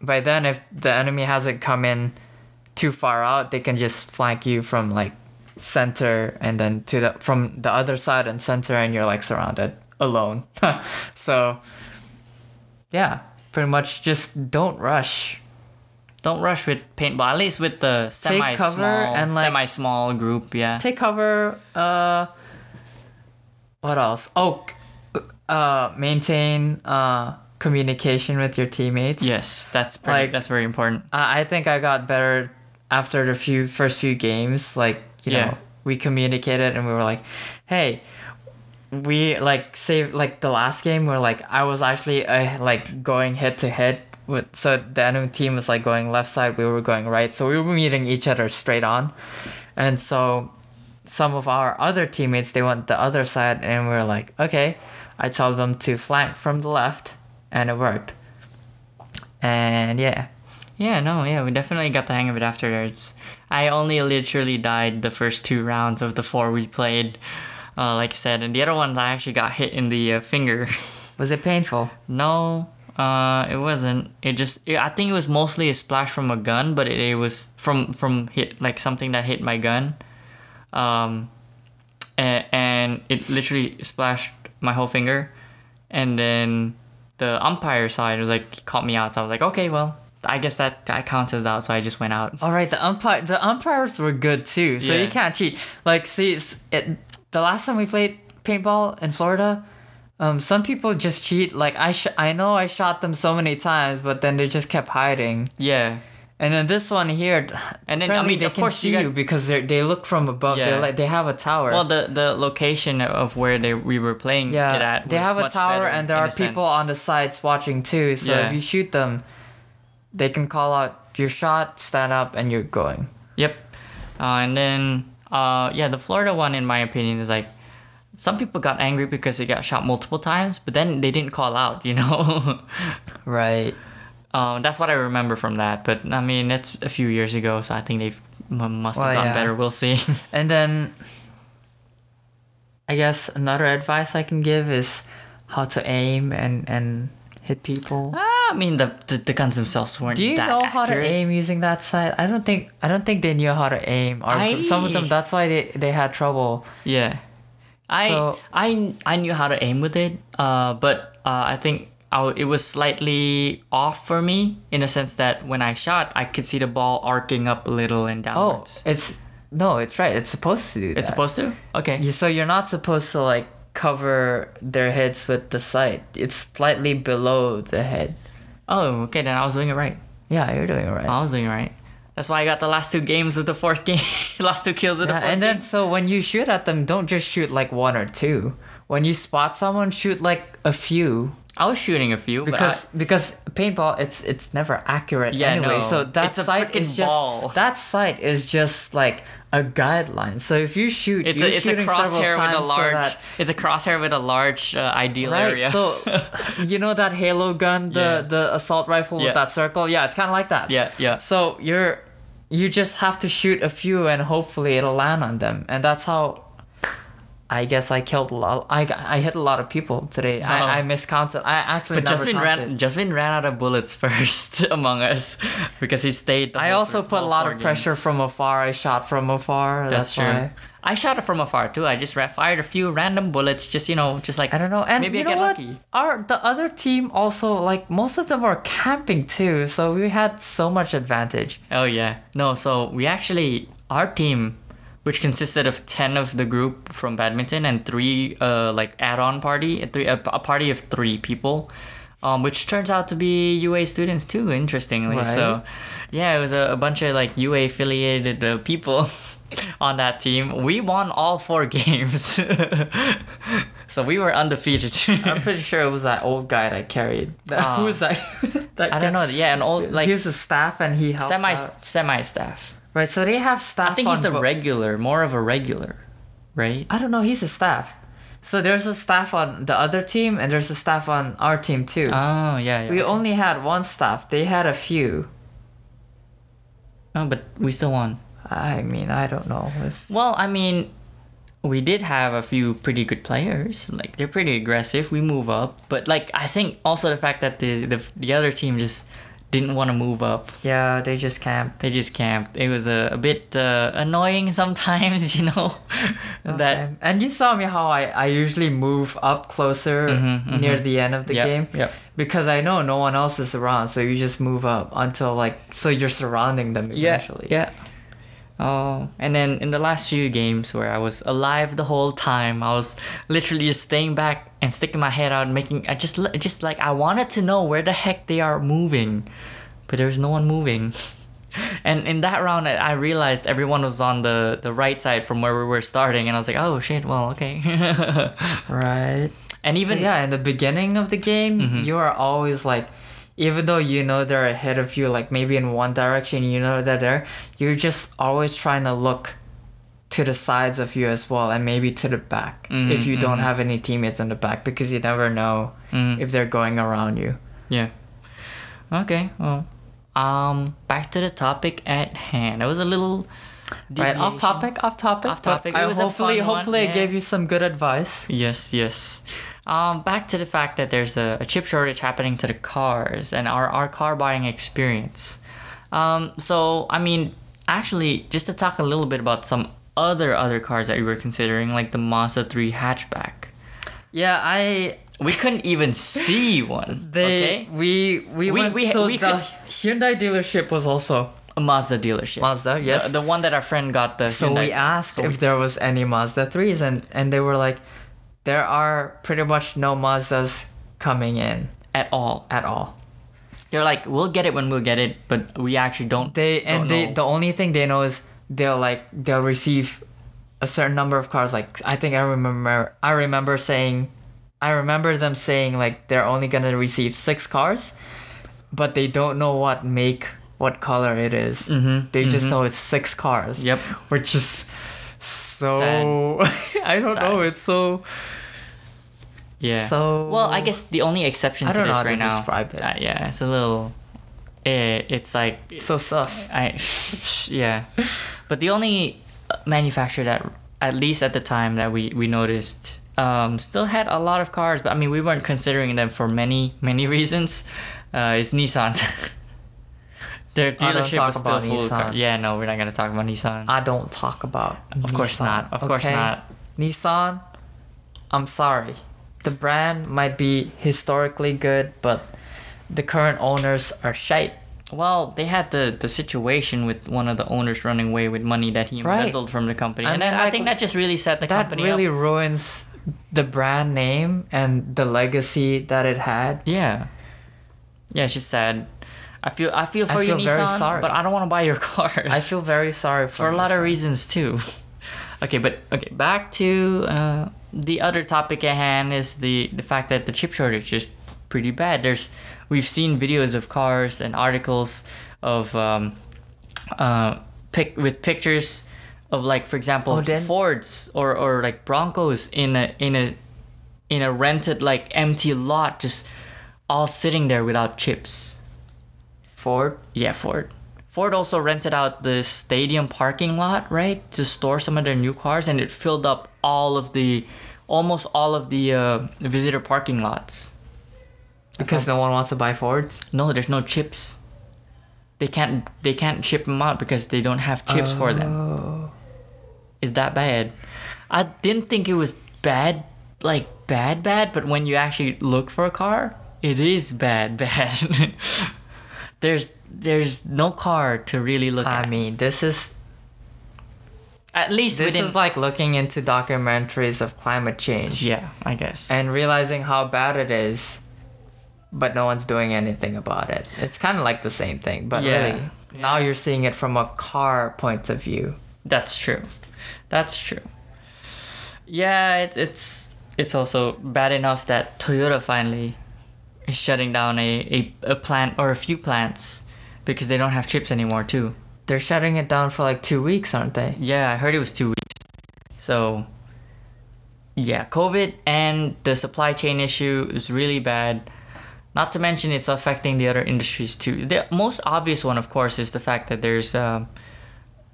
S1: by then if the enemy hasn't come in too far out they can just flank you from like center and then to the from the other side and center and you're like surrounded alone [laughs] so yeah pretty much just don't rush
S2: Don't rush with paintball. At least with the
S1: Take
S2: semi
S1: cover
S2: small,
S1: and, like-
S2: semi small group. Yeah.
S1: take cover uh what else oh c- uh maintain uh communication with your teammates
S2: yes, that's pretty,
S1: Like-
S2: that's very important.
S1: I I think I got better after the few first few games. Like you
S2: Yeah.
S1: know, we communicated and we were like, "Hey, we like save like the last game. We're like, I was actually uh, like going head to head with so the enemy team was like going left side. We were going right, so we were meeting each other straight on, and so some of our other teammates they went the other side and we are like okay i told them to flank from the left and it worked and yeah
S2: Yeah, no, yeah, we definitely got the hang of it afterwards. I only literally died the first two rounds of the four we played, uh, like I said, and the other ones I actually got hit in the uh, finger. [laughs]
S1: was it painful
S2: no, uh, it wasn't. It just, it, I think it was mostly a splash from a gun, but it, it was from from hit like something that hit my gun, um, and, and it literally splashed my whole finger, and then the umpire side was like he caught me out, so I was like, okay, well. I guess that, that counts as out, so I just went out.
S1: All right, the umpire, the umpires were good too, so
S2: Yeah.
S1: you can't cheat. Like, see, it's- it, the last time we played paintball in Florida, um, some people just cheat. Like, I sh- I know I shot them so many times, but then they just kept hiding.
S2: Yeah.
S1: And then this one here,
S2: And then, I
S1: apparently
S2: mean,
S1: they
S2: of
S1: can
S2: course
S1: see
S2: you
S1: you,
S2: got-
S1: because they they look from above. They're
S2: Yeah.
S1: like they have a tower.
S2: Well, the the location of where they we were playing it
S1: yeah,
S2: at
S1: they
S2: was
S1: have a
S2: much
S1: tower,
S2: better
S1: and there
S2: in
S1: are
S2: a
S1: people
S2: sense.
S1: on the sides watching too. So
S2: Yeah.
S1: if you shoot them, they can call out your shot, stand up, and you're going.
S2: Yep. Uh, and then, uh, yeah, the Florida one, in my opinion, is like some people got angry because they got shot multiple times, but then they didn't call out, you know? [laughs]
S1: Right.
S2: um, that's what I remember from that. But I mean, it's a few years ago, so I think they've m- must have
S1: Well,
S2: gotten
S1: yeah.
S2: better. We'll see. [laughs]
S1: And then I guess another advice I can give is how to aim and and hit people.
S2: ah, I mean, the, the the guns themselves weren't.
S1: Do you
S2: that
S1: know how to
S2: accurate.
S1: aim using that side? I don't think I don't think they knew how to aim. Or
S2: I-
S1: some of them that's why they, they had trouble.
S2: Yeah. I
S1: So-
S2: I I knew how to aim with it, uh, but uh, I think I w it was slightly off for me in a sense that when I shot, I could see the ball arcing up a little and
S1: Oh,
S2: downwards.
S1: it's no, it's right. It's supposed to do that.
S2: it's supposed to. Okay.
S1: You- so you're not supposed to like cover their heads with the sight. It's slightly below the head.
S2: Oh, okay. Then I was doing it right.
S1: Yeah, you're doing it right.
S2: I was doing it right. That's why I got the last two games of the fourth game, [laughs] last two kills of the
S1: Yeah,
S2: fourth
S1: and then
S2: game.
S1: so when you shoot at them, don't just shoot like one or two. When you spot someone, shoot like a few
S2: I was shooting a few
S1: because
S2: but
S1: because paintball it's it's never accurate
S2: Yeah,
S1: anyway.
S2: no.
S1: So that
S2: It's a
S1: sight is
S2: frickin'
S1: just
S2: ball.
S1: that sight is just like a guideline. So if you shoot,
S2: I, it's
S1: you're
S2: a it's a
S1: shooting several
S2: crosshair with a
S1: times so
S2: large
S1: that-
S2: it's a crosshair with a large uh, ideal
S1: Right,
S2: area. [laughs]
S1: so you know that Halo gun, the
S2: Yeah.
S1: the assault rifle
S2: Yeah.
S1: with that circle. Yeah, it's kind of like that.
S2: Yeah, yeah.
S1: So you're, you just have to shoot a few, and hopefully it'll land on them, and that's how. I guess I killed a lot. I, got- I hit a lot of people today.
S2: Oh.
S1: I, I miscounted. I actually
S2: But
S1: never
S2: Justin
S1: counted.
S2: ran. Justin ran out of bullets [laughs] first among us because he stayed. The
S1: I
S2: whole
S1: also
S2: thr-
S1: put a
S2: all
S1: lot
S2: four
S1: of pressure
S2: games.
S1: from afar. I shot from afar. That's,
S2: That's, true.
S1: Why.
S2: I shot it from afar too. I just ra- fired a few random bullets, just you know, just like
S1: I don't know. And
S2: maybe
S1: you
S2: I get
S1: know what?
S2: lucky.
S1: Our the other team also like most of them were camping too, so we had so much advantage.
S2: Oh yeah, no. So we actually our team, which consisted of ten of the group uh, from badminton and three uh like add-on party, uh, three a, a party of three people. um, which turns out to be UA students too, interestingly.
S1: Right.
S2: So, yeah, it was a, a bunch of like UA affiliated uh, people [laughs] on that team. We won all four [laughs] games, so we were undefeated.
S1: I'm pretty sure it was that old guy that carried. [laughs] That,
S2: Ah.
S1: who was that? that [laughs]
S2: I don't know. Yeah, an old
S1: Like
S2: like
S1: he's a staff and he helps.
S2: [laughs] semi
S1: out.
S2: semi staff.
S1: Right. So they have staff.
S2: I think he's
S1: on
S2: the
S1: bo-
S2: regular, more of a regular, right?
S1: I don't know. He's a staff. So there's a staff on the other team and there's a staff on our team too.
S2: Oh yeah, yeah.
S1: we only had one staff. They had a few.
S2: oh, but we still won.
S1: I mean, I don't know. It's-
S2: Well, I mean, we did have a few pretty good players. Like they're pretty aggressive. We move up, but like I think also the fact that the the, the other team just didn't want to move up.
S1: yeah, they just camped.
S2: They just camped. It was a, a bit uh, annoying [laughs] sometimes, you know. [laughs] that
S1: Okay. and you saw me how I, I usually move up closer near the end of the
S2: Mm-hmm, Yep,
S1: game
S2: yep.
S1: because I know no one else is around, so you just move up until like so you're surrounding them eventually.
S2: Yeah. Oh, and then in the last few games where I was alive the whole time, I was literally just staying back and sticking my head out, making I just just like I wanted to know where the heck they are moving, but there's no one moving. [laughs] And in that round, I I realized everyone was on the, the right side from where we were starting, and I was like, oh shit, well, okay. [laughs]
S1: Right.
S2: and
S1: Even
S2: even Mm-hmm.
S1: yeah, in the beginning of the game, you are always like, even though you know they're ahead of you, like maybe in one direction, you know they're there, you're just always trying to look to the sides of you as well, and maybe to the back
S2: Mm-hmm,
S1: if you don't have any teammates in the back because you never know
S2: Mm-hmm.
S1: if they're going around you.
S2: Yeah. Okay. Well, um, back to the topic at hand. It was a little
S1: Right, off
S2: deviation.
S1: topic, off topic.
S2: Off
S1: but
S2: topic. It
S1: I
S2: was a
S1: hopefully,
S2: fun one,
S1: hopefully, I
S2: yeah.
S1: gave you some good advice.
S2: Yes, yes. Um, back to the fact that there's a, a chip shortage happening to the cars and our, our car buying experience. Um, so I mean, actually, just to talk a little bit about some other other cars that we were considering, like the Mazda three hatchback.
S1: Yeah, I
S2: We couldn't
S1: [laughs]
S2: even see one.
S1: they
S2: okay?
S1: we we,
S2: We-
S1: went
S2: we-
S1: so
S2: we
S1: the
S2: could-
S1: Hyundai dealership was also
S2: a Mazda dealership.
S1: Mazda,
S2: The-
S1: yes.
S2: the, one that our friend got the.
S1: So
S2: Hyundai-
S1: we asked
S2: so
S1: if there was any Mazda 3s and and they were like there are pretty much no Mazdas coming in
S2: at all.
S1: at all.
S2: They're like, we'll get it when we'll get it, but we actually don't.
S1: They
S2: don't
S1: and they
S2: know.
S1: the only thing they know is they'll like they'll receive a certain number of cars like I think I remember I remember saying I remember them saying like they're only going to receive 6 cars but they don't know what make what color it is.
S2: Mm-hmm,
S1: They just know it's 6 cars.
S2: Yep.
S1: Which is so [laughs] I don't
S2: Sad.
S1: know it's so
S2: Yeah.
S1: So-
S2: well, I guess the only exception
S1: I
S2: to
S1: don't know
S2: this
S1: how to
S2: right now.
S1: describe it.
S2: Uh, yeah, it's a little. It, it's like
S1: so sus.
S2: I, [laughs] yeah, but the only manufacturer that, at least at the time that we we noticed, um, still had a lot of cars. But I mean, we weren't considering them for many many [laughs] reasons. Uh, is Nissan. [laughs] Their
S1: I Oh, don't
S2: dealership
S1: talk
S2: was still
S1: about
S2: full of cars.
S1: Nissan.
S2: Yeah, no, we're not gonna talk about Nissan.
S1: I don't talk about.
S2: Of course
S1: Nissan,
S2: not. Of course not.
S1: Nissan, I'm sorry. The brand might be historically good, but the current owners are shite.
S2: Well, they had the, the situation with one of the owners running away with money that he
S1: Right.
S2: embezzled from the company,
S1: I
S2: and
S1: mean,
S2: that- I
S1: like,
S2: think that just really set the
S1: That
S2: company
S1: really
S2: up.
S1: ruins the brand name and the legacy that it had.
S2: Yeah, yeah, it's just sad. I feel I feel
S1: I
S2: for you,
S1: feel very
S2: Nissan,
S1: sorry.
S2: but I don't want to buy your [laughs] cars.
S1: I feel very sorry for,
S2: for a lot of
S1: Nissan.
S2: reasons too. okay, but okay, back to uh, the other topic at hand is the the fact that the chip shortage is pretty bad. There's we've seen videos of cars and articles of um, uh, pic with pictures of like for example
S1: Oh, then-
S2: Fords or or like Broncos in a in a in a rented like empty lot just all sitting there without chips.
S1: Ford.
S2: Yeah, Ford. Ford also rented out the stadium parking lot, right, to store some of their new cars, and it filled up all of the, almost all of the uh, visitor parking lots.
S1: Because no one wants to buy Fords.
S2: No, there's no chips. They can't they can't chip them out because they don't have chips for them.
S1: Oh.
S2: Is that bad? I didn't think it was bad, like bad bad, but when you actually look for a car, it is bad [laughs] bad. there's there's no car to really look
S1: I
S2: at.
S1: mean, this is
S2: At least
S1: this
S2: within
S1: is like looking into documentaries of climate change.
S2: yeah, I guess.
S1: and realizing how bad it is but no one's doing anything about it. It's kind of like the same thing, but
S2: Yeah.
S1: really, now you're seeing it from a car point of view.
S2: That's true. That's true. Yeah, it, it's it's also bad enough that Toyota finally is shutting down a, a, a plant or a few plants because they don't have chips anymore too.
S1: They're shutting it down for like two weeks, aren't they?
S2: Yeah, I heard it was two weeks. So yeah, COVID and the supply chain issue is really bad. Not to mention it's affecting the other industries too. The most obvious one, of course, is the fact that there's um,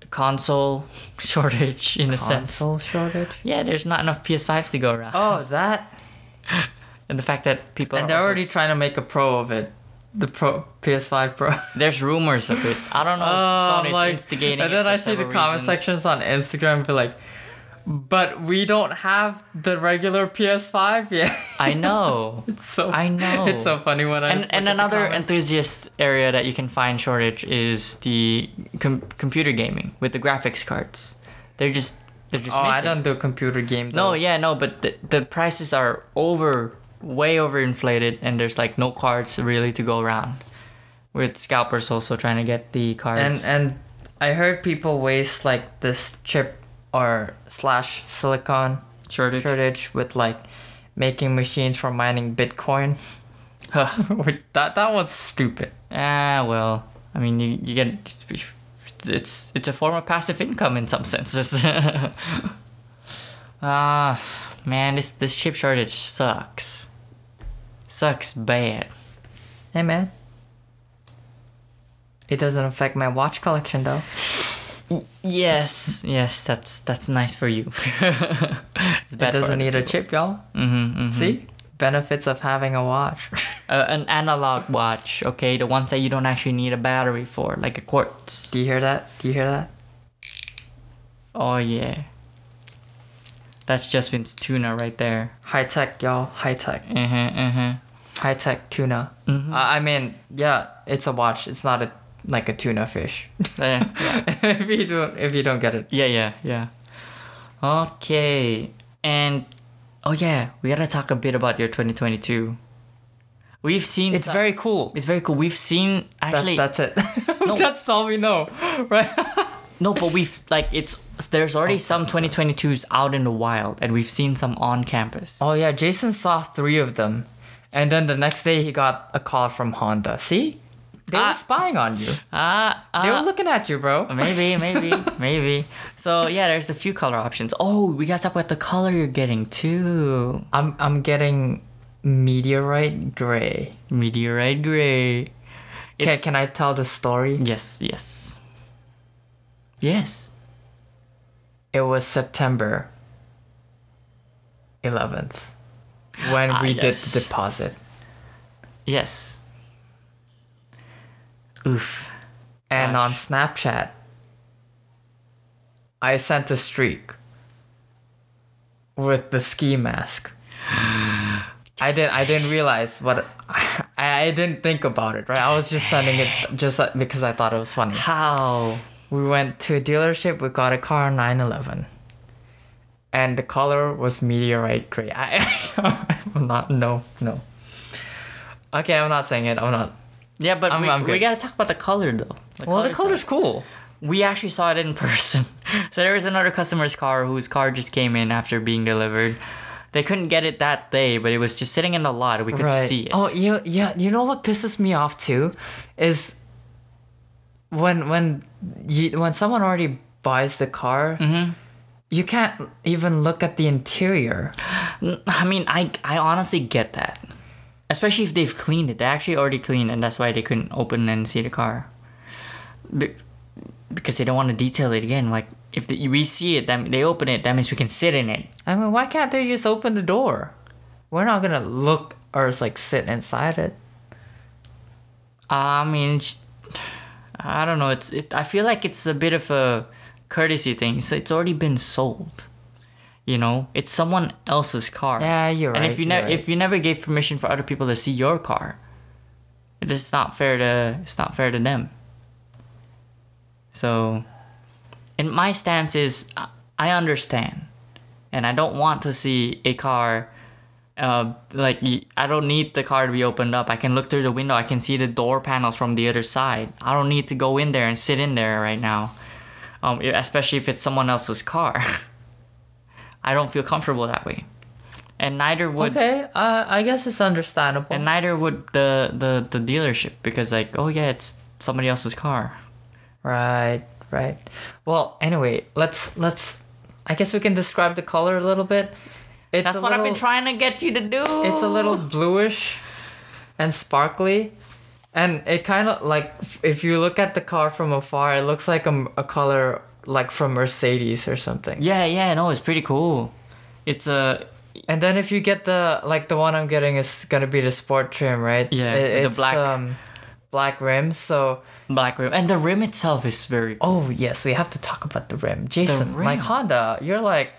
S2: console [laughs] shortage in a sense.
S1: Console shortage.
S2: Yeah, there's not enough PS5s to go around.
S1: [laughs] Oh, that.
S2: And the fact that people
S1: and
S2: are
S1: they're
S2: also-
S1: already trying to make a pro of it. The pro PS5 Pro. [laughs]
S2: there's rumors of it. I don't know
S1: Oh,
S2: if Sony's
S1: like-
S2: instigating.
S1: And
S2: it
S1: then
S2: for
S1: I see the
S2: several
S1: comment
S2: reasons.
S1: sections on Instagram be like, but we don't have the regular PS5 yet. [laughs]
S2: I know.
S1: it's so
S2: I know.
S1: It's so funny when I just
S2: and
S1: look at
S2: and
S1: the
S2: another
S1: comments.
S2: enthusiast area that you can find shortage is the com- computer gaming with the graphics cards. They're just they're just
S1: Oh,
S2: missing.
S1: I don't do computer game. Though.
S2: No, yeah, no, but the, the prices are over, way overinflated, and there's like no cards really to go around. With scalpers also trying to get the
S1: and
S2: cards.
S1: and I heard people waste like this chip or slash silicon
S2: shortage.
S1: shortage with like making machines for mining Bitcoin. [laughs]
S2: [laughs]
S1: Which- that that one's stupid.
S2: Ah, well, I mean, you, you get it's it's a form of passive income in some senses. [laughs] Ah, man, this this chip shortage sucks. Sucks bad.
S1: Hey man, it doesn't affect my watch collection though.
S2: Yes, yes, that's that's nice for you. [laughs] it
S1: it doesn't need a chip, y'all.
S2: Mm-hmm,
S1: See benefits of having a watch. [laughs]
S2: uh, an analog watch, okay, the ones that you don't actually need a battery for, like a quartz.
S1: Do you hear that? Do you hear that?
S2: Oh yeah. That's just Vince Tuna right there.
S1: High tech, y'all. High tech.
S2: Uh huh. Uh huh.
S1: High tech tuna. Uh, I, I mean, yeah, it's a watch. It's not a like a tuna fish.
S2: Yeah.
S1: [laughs] if you don't, if you don't get it,
S2: Yeah, yeah, yeah. Okay. And oh yeah, we gotta talk a bit about your 2022. We've seen
S1: it's
S2: so-
S1: very cool.
S2: it's very cool. We've seen actually
S1: that, that's it. [laughs]
S2: No.
S1: that's all we know, right?
S2: no, but we've like it's there's
S1: Oh,
S2: already some 2022s out in the wild, and we've seen some on campus.
S1: Oh yeah, Jason saw three of them, and then the next day he got a call from Honda. See, they
S2: Ah.
S1: were spying on you.
S2: Ah, ah,
S1: They were looking at you, [laughs] bro.
S2: maybe, maybe,
S1: [laughs]
S2: maybe. So yeah, there's a few color options. Oh, we gotta talk about the color you're getting too.
S1: I'm I'm getting meteorite gray.
S2: Meteorite gray.
S1: Can, can I tell the story?
S2: Yes, yes, yes.
S1: It was September 11th when
S2: Ah,
S1: we
S2: yes.
S1: did the deposit.
S2: Yes. Oof.
S1: And on Snapchat, I sent a streak with the ski
S2: [gasps]
S1: mask. I didn't. I didn't realize what. [laughs] I, I didn't think about it. Right. I was just sending it just uh, because I thought it was funny.
S2: How?
S1: We went to a dealership. We got a car 911, and the color was meteorite gray. I, [laughs] I'm not. No. No. Okay, I'm not saying it. I'm not.
S2: Yeah, but
S1: I'm-
S2: we,
S1: I'm
S2: we
S1: good.
S2: gotta talk about the color though. The
S1: Well, the color's
S2: color's-
S1: cool.
S2: We actually saw it in [laughs] person. so there was another customer's car whose car just came in after being delivered. They couldn't get it that day, but it was just sitting in the lot. We could see it.
S1: Oh, yeah, yeah. You know what pisses me off too, is when when you when someone already buys the car, you can't even look at the interior.
S2: I mean, I I honestly get that. Especially if they've cleaned it. They actually already cleaned, and that's why they couldn't open and see the car. Be- because they don't want to detail it again. Like if the, we see it, that they open it, that means we can sit in it.
S1: I mean, why can't they just open the door? We're not gonna look or like sit inside it.
S2: I mean, sh- I don't know. It's it. I feel like it's a bit of a courtesy thing. So it's already been sold. You know, it's someone else's car.
S1: Yeah, you're
S2: And
S1: right.
S2: if you
S1: you're
S2: never if you never gave permission for other people to see your car, it is not fair to it's not fair to them. So, and my stance is, I- I understand, and I don't want to see a car uh, like y- I don't need the car to be opened up. I can look through the window. I can see the door panels from the other side. I don't need to go in there and sit in there right now, um, especially if it's someone else's car. [laughs] I don't feel comfortable that way, and neither would
S1: Okay, uh, I guess it's understandable.
S2: and neither would the, the the dealership because like oh yeah it's somebody else's car.
S1: Right, right. Well, anyway, let's let's. I guess we can describe the color a little bit. It's
S2: That's
S1: a
S2: what I've been
S1: little-
S2: trying to get you to do.
S1: It's a little bluish, and sparkly, and it kind of like if you look at the car from afar, it looks like a, a color like from Mercedes or something.
S2: yeah yeah no it's pretty cool. It's a
S1: And then if you get the like the one I'm getting is gonna be the sport trim, right?
S2: Yeah,
S1: It-
S2: with the
S1: it's,
S2: black-
S1: um, black rims. So
S2: black rim and the rim itself is very
S1: oh yes, we have to talk about the rim, Jason.
S2: rim.
S1: Like Honda, you're like.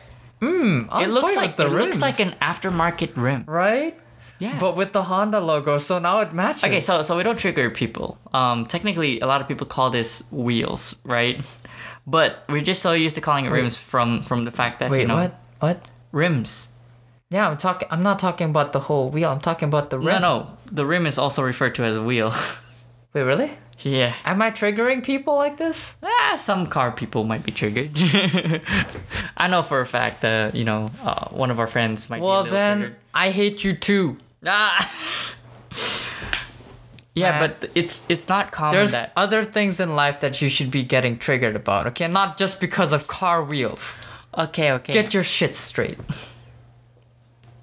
S1: Mm,
S2: it looks like
S1: the
S2: it
S1: rims.
S2: looks like an aftermarket rim.
S1: right?
S2: Yeah.
S1: But with the Honda logo, so now it matches.
S2: okay, so so we don't trigger people. Um, technically, a lot of people call this wheels, right? But we're just so used to calling it rims from from the fact that
S1: wait,
S2: you know
S1: what? What?
S2: rims.
S1: Yeah, I'm talking. I'm not talking about the whole wheel. I'm talking about the rim.
S2: No, no, the rim is also referred to as a wheel. [laughs]
S1: Wait, really?
S2: yeah.
S1: Am I triggering people like this?
S2: Ah, some car people might be triggered. [laughs] I know for a fact that you know uh, one of our friends might
S1: Well,
S2: be a little
S1: then
S2: triggered.
S1: I hate you too.
S2: Ah. [laughs] yeah,
S1: Right.
S2: but it's it's not common
S1: There's [laughs]
S2: that
S1: other things in life that you should be getting triggered about. Okay, not just because of car wheels.
S2: okay okay
S1: Get your shit straight. [laughs]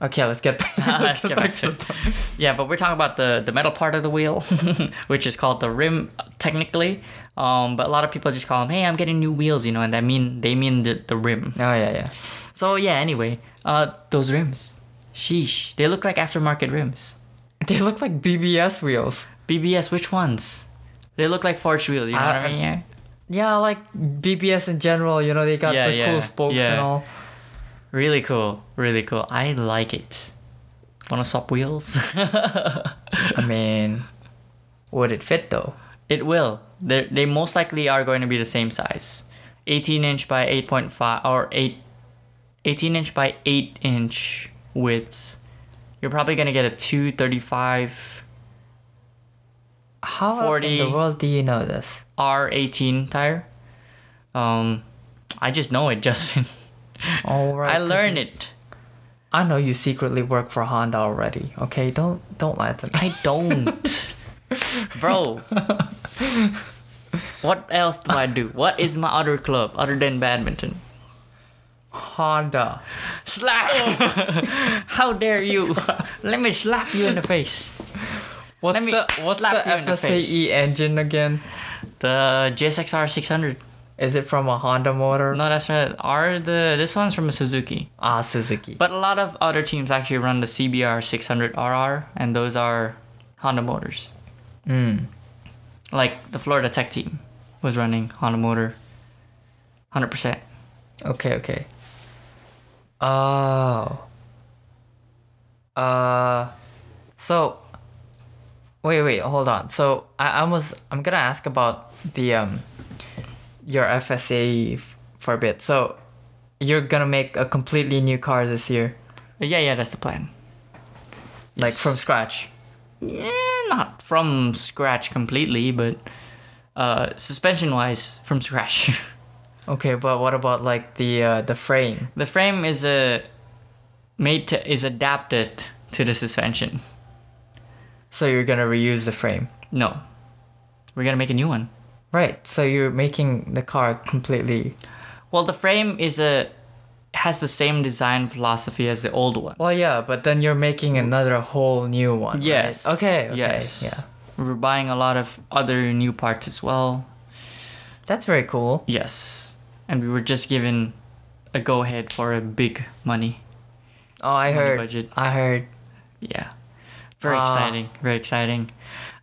S1: Okay, let's get back,
S2: [laughs] Let's get back to
S1: the-
S2: it. Yeah, but we're talking about the, the metal part of the wheel, [laughs] which is called the rim uh, technically. Um, but a lot of people just call them, hey, I'm getting new wheels, you know, and that mean they mean the, the rim.
S1: Oh yeah, yeah.
S2: So yeah, anyway, uh, those rims, sheesh, they look like aftermarket rims.
S1: They look like BBS wheels.
S2: BBS, which ones? They look like forged wheels, you know what
S1: I-
S2: I mean? Yeah.
S1: Yeah, like BBS in general. You know, they got
S2: Yeah,
S1: the
S2: yeah,
S1: cool spokes and
S2: yeah.
S1: all.
S2: Really cool, really cool. I like it. Wanna swap wheels? [laughs]
S1: I mean, would it fit though?
S2: It will. They they most likely are going to be the same size, 18 inch by 8.5 or 8, 18 inch by 8 inch width. You're probably gonna get a 235
S1: How
S2: 40.
S1: in the world do you know this?
S2: R18 tire. Um, I just know it, [laughs] Justin.
S1: All right.
S2: I learned it.
S1: I know you secretly work for Honda already. Okay, don't don't lie to me.
S2: I don't, bro. what else do I do? What is my other club other than badminton?
S1: [laughs] Honda.
S2: Slap! Oh. [laughs] How dare you? Let me slap you in the face.
S1: What's
S2: Let me
S1: the what's the
S2: slap you in the
S1: FSAE
S2: face.
S1: E engine again?
S2: The JSXR 600.
S1: Is it from a Honda motor?
S2: No, that's right. Are the this one's from a Suzuki.
S1: Ah, Suzuki.
S2: But a lot of other teams actually run the CBR 600RR, and those are Honda motors. Mm. Like the Florida Tech team was running Honda motor. Hundred percent.
S1: okay, okay. Oh. Uh, so. Wait, wait, hold on. So I, I was I'm gonna ask about the um, your FSAE f- for a bit. So, you're gonna make a completely new car this year.
S2: Yeah, yeah, that's the plan.
S1: like from scratch.
S2: Yeah, not from scratch completely, but uh, suspension wise, from scratch. [laughs]
S1: Okay, but what about like the uh, the frame?
S2: The frame is a made to, is adapted to the suspension.
S1: So you're gonna reuse the frame,
S2: No, we're gonna make a new one.
S1: right? So you're making the car completely.
S2: Well, the frame is a has the same design philosophy as the old one.
S1: Well, yeah, but then you're making another whole new one. right?
S2: Yes.
S1: Okay. okay,
S2: yes.
S1: Yeah.
S2: We're buying a lot of other new parts as well.
S1: That's very cool.
S2: Yes, and we were just given a go ahead for a big money.
S1: Oh, I heard.
S2: budget.
S1: I heard.
S2: Yeah. Very
S1: Ah.
S2: exciting. Very exciting.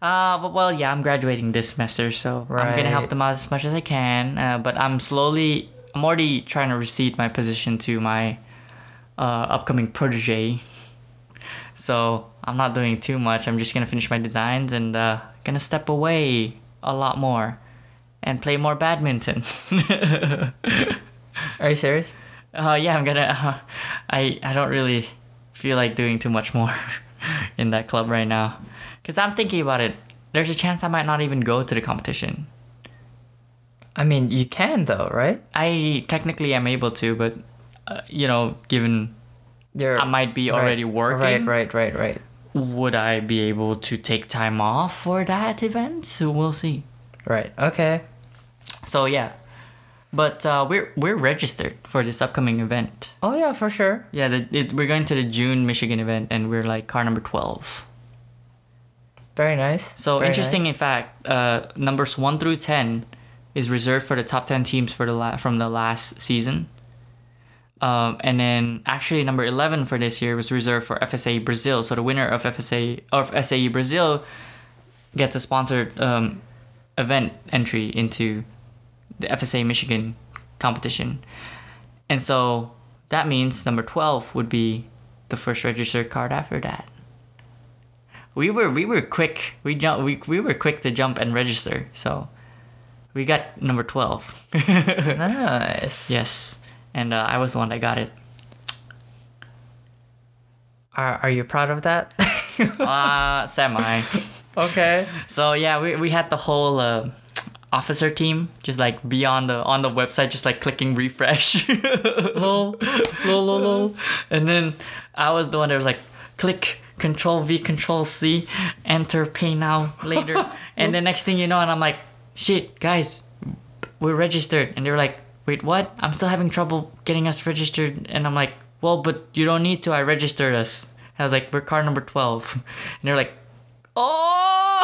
S2: Uh, but well, yeah, I'm graduating this semester, so I'm gonna
S1: Right.
S2: help them out as much as I can. Uh, but I'm slowly, I'm already trying to recede my position to my uh, upcoming protege. So I'm not doing too much. I'm just gonna finish my designs and uh, gonna step away a lot more and play more badminton. [laughs]
S1: Are you serious?
S2: [laughs] Uh, yeah, I'm gonna. I I don't really feel like doing too much more [laughs] in that club right now. Because I'm thinking about it. There's a chance I might not even go to the competition.
S1: I mean, you can though, right?
S2: I technically am able to, but, uh, you know, given
S1: You're
S2: I might be
S1: right,
S2: already
S1: Right,
S2: working.
S1: right, right, right.
S2: would I be able to take time off for that event? So we'll see.
S1: Right. Okay.
S2: So yeah, but uh, we're we're registered for this upcoming event.
S1: Oh yeah, for sure.
S2: Yeah, the, it, we're going to the June Michigan event, and we're like car number twelve.
S1: Very nice.
S2: So
S1: Very
S2: interesting.
S1: nice.
S2: In fact, uh, numbers one through ten is reserved for the top ten teams for the la- from the last season. Um, and then actually number eleven for this year was reserved for FSA Brazil. So the winner of FSA of SAE Brazil gets a sponsored um, event entry into the FSA Michigan competition. And so that means number twelve would be the first registered card after that. We were we were quick. We jump we, we were quick to jump and register. So we got
S1: [laughs]
S2: number 12.
S1: Nice.
S2: yes. And uh, I was the one that got it.
S1: Are Are you proud of that? [laughs]
S2: Uh [laughs] semi.
S1: okay.
S2: so yeah, we, we had the whole uh, officer team just like be on the on the website just like clicking refresh. [laughs]
S1: Lol. Lol. Lol. Lol.
S2: and then I was the one that was like, click Control V, Control C, enter pay now
S1: [laughs]
S2: later. and the next thing you know, and I'm like, shit, guys, we're registered. And they were like, wait, what? I'm still having trouble getting us registered. And I'm like, well, but you don't need to. I registered us. I was like, we're car number 12. [laughs] And they're like, oh!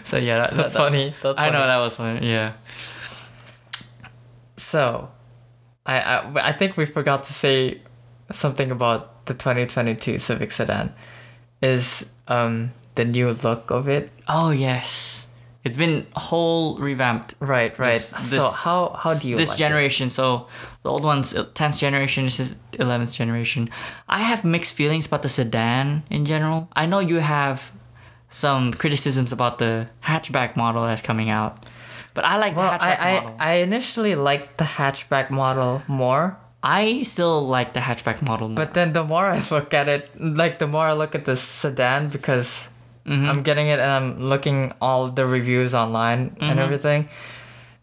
S2: [laughs] so yeah, that,
S1: That's
S2: that-
S1: funny. That's
S2: I know
S1: funny.
S2: that was funny. Yeah.
S1: So, I, I I think we forgot to say something about the 2022 Civic Sedan. Is um the new look of it?
S2: Oh yes, it's been whole revamped.
S1: Right. Right.
S2: This-
S1: so
S2: this-
S1: how how do you
S2: this
S1: like it?
S2: generation? So the old one's uh, tenth generation. This is eleventh generation. I have mixed feelings about the sedan in general. I know you have some criticisms about the hatchback model that's coming out, but I like
S1: Well,
S2: the hatchback
S1: I,
S2: model.
S1: I, I initially liked the hatchback model more,
S2: I still like the hatchback model, more.
S1: but then the more I [laughs] look at it, like the more I look at the sedan because
S2: Mm-hmm.
S1: I'm getting it and I'm looking all the reviews online
S2: Mm-hmm.
S1: and everything,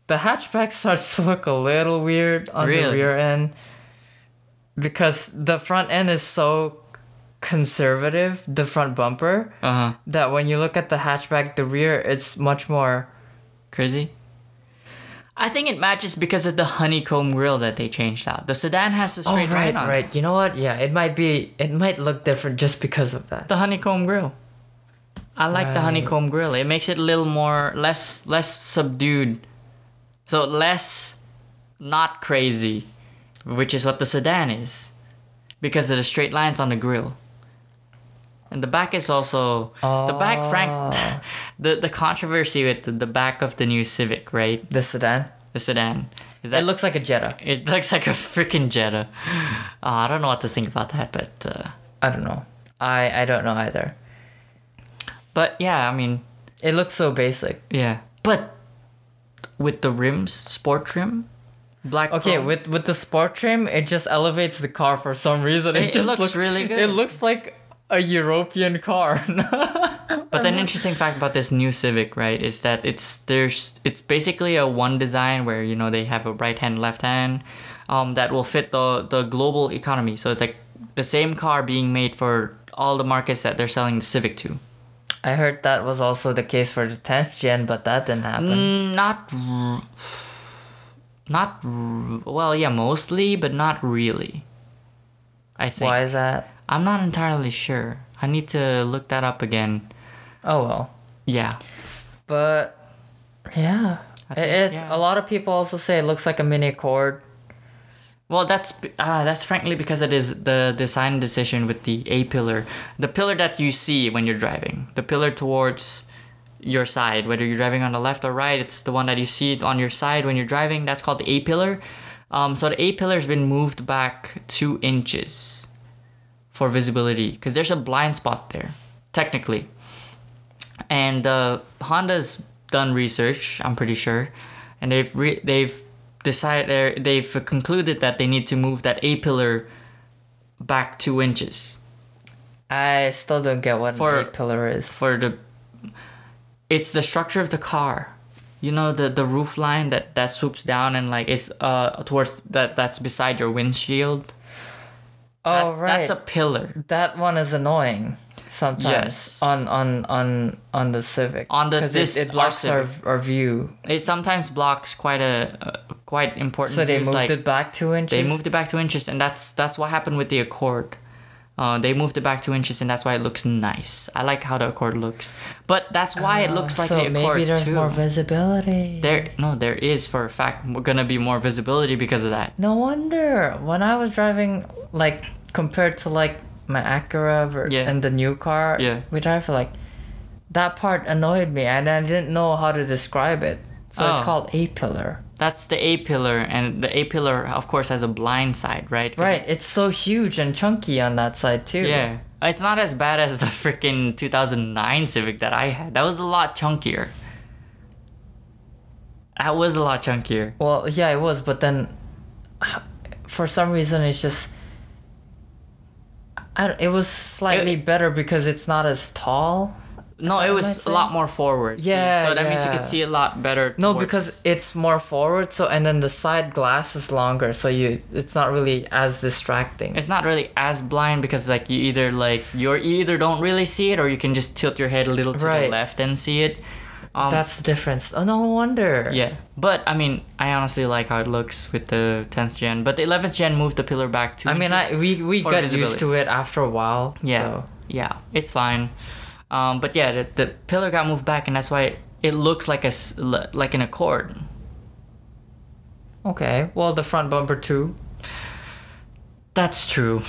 S1: the hatchback starts to look a little weird on the
S2: Really?
S1: rear end because the front end is so conservative, the front bumper,
S2: uh huh,
S1: that when you look at the hatchback, the rear, it's much more.
S2: crazy. I think it matches because of the honeycomb grille that they changed out. The sedan has the straight
S1: oh, right,
S2: right, on it.
S1: right. You know what? Yeah, it might be, it might look different just because of that.
S2: the honeycomb grill. I like the
S1: Right.
S2: honeycomb grill. It makes it a little more less less subdued. So less not crazy, which is what the sedan is. Because of the straight lines on the grill. And the back is also the back frank
S1: Oh.
S2: [laughs] the the controversy with the, the back of the new Civic, right?
S1: The sedan.
S2: The sedan. Is
S1: It looks like a Jetta.
S2: it looks like a freaking Jetta. [laughs] Uh, I don't know what to think about that, but uh,
S1: I don't know. I I don't know either.
S2: but yeah, I mean,
S1: It looks so basic.
S2: Yeah. But with the rims, sport trim, black.
S1: Okay,
S2: chrome,
S1: with with the sport trim, it just elevates the car for some reason. It,
S2: It- it
S1: just
S2: looks really good.
S1: It looks like a European car. [laughs]
S2: but then interesting fact about this new Civic, right, is that it's there's it's basically a one design where you know they have a right hand, left hand, um, that will fit the the global economy. So it's like the same car being made for all the markets that they're selling the Civic to.
S1: I heard that was also the case for the 10th gen, but that didn't happen.
S2: Mm, not. r- Not r- well, yeah, mostly, but not really. I think.
S1: Why is that?
S2: I'm not entirely sure. I need to look that up again.
S1: Oh well.
S2: Yeah.
S1: But yeah,
S2: think,
S1: it, it's
S2: yeah.
S1: a lot of people also say it looks like a Mini Accord.
S2: Well, that's uh, that's frankly because it is the design decision with the A pillar, the pillar that you see when you're driving, the pillar towards your side, whether you're driving on the left or right. It's the one that you see on your side when you're driving. That's called the A pillar. Um, so the A pillar has been moved back two inches for visibility because there's a blind spot there, technically. and uh, Honda's done research, I'm pretty sure, and they've re- they've decided they've concluded that they need to move that A pillar back two inches
S1: I still don't get what
S2: For-
S1: an eight pillar is.
S2: for the. It's the structure of the car, you know the the roof line that that swoops down and like it's uh towards that that's beside your windshield.
S1: Oh
S2: that's,
S1: right,
S2: That's a pillar
S1: that one is annoying sometimes
S2: Yes.
S1: on on on on the Civic
S2: on the
S1: 'Cause
S2: this
S1: it, it
S2: our
S1: blocks
S2: Civic.
S1: our our view.
S2: It sometimes blocks quite a uh, quite important.
S1: So they
S2: views,
S1: moved
S2: like,
S1: it back two inches.
S2: They moved it back two inches, and that's that's what happened with the Accord. Uh, they moved it back two inches, and that's why it looks nice. I like how the Accord looks, but that's why it looks like
S1: Uh, so
S2: the Accord
S1: maybe there's
S2: too.
S1: more visibility.
S2: there, no, there is for a fact gonna be more visibility because of that.
S1: No wonder when I was driving, like compared to like my Acura ver-
S2: Yeah.
S1: and the new car,
S2: Yeah.
S1: we drive for like that part annoyed me, and I didn't know how to describe it. So it's
S2: Oh.
S1: called a pillar.
S2: That's the A pillar, and the A pillar, of course, has a blind side, right? 'Cause
S1: Right, it's so huge and chunky on that side too.
S2: Yeah. It's not as bad as the freaking 2009 Civic that I had. That was a lot chunkier. That was a lot chunkier.
S1: Well, yeah, it was, but then for some reason it's just I don't, it was slightly better because it's not as tall.
S2: No,
S1: that
S2: it
S1: what
S2: was
S1: I'm
S2: a lot more forward. see?
S1: Yeah,
S2: So that means you
S1: yeah.
S2: could see a lot better.
S1: No,
S2: towards-
S1: because it's more forward, so and then the side glass is longer, so you it's not really as distracting.
S2: it's not really as blind because like you either like you're you either don't really see it or you can just tilt your head a little to the
S1: Right.
S2: left and see it. Um,
S1: That's the difference. Oh, no wonder.
S2: yeah. But I mean, I honestly like how it looks with the 10th gen, but the 11th gen moved the pillar back two
S1: I mean, I
S2: inches
S1: we we
S2: for
S1: got
S2: visibility.
S1: used to it after a while.
S2: Yeah,
S1: so.
S2: yeah, it's fine. Um, but yeah, the, the pillar got moved back, and that's why it, it looks like a s- l- like an accord.
S1: Okay. Well, the front bumper too.
S2: That's true.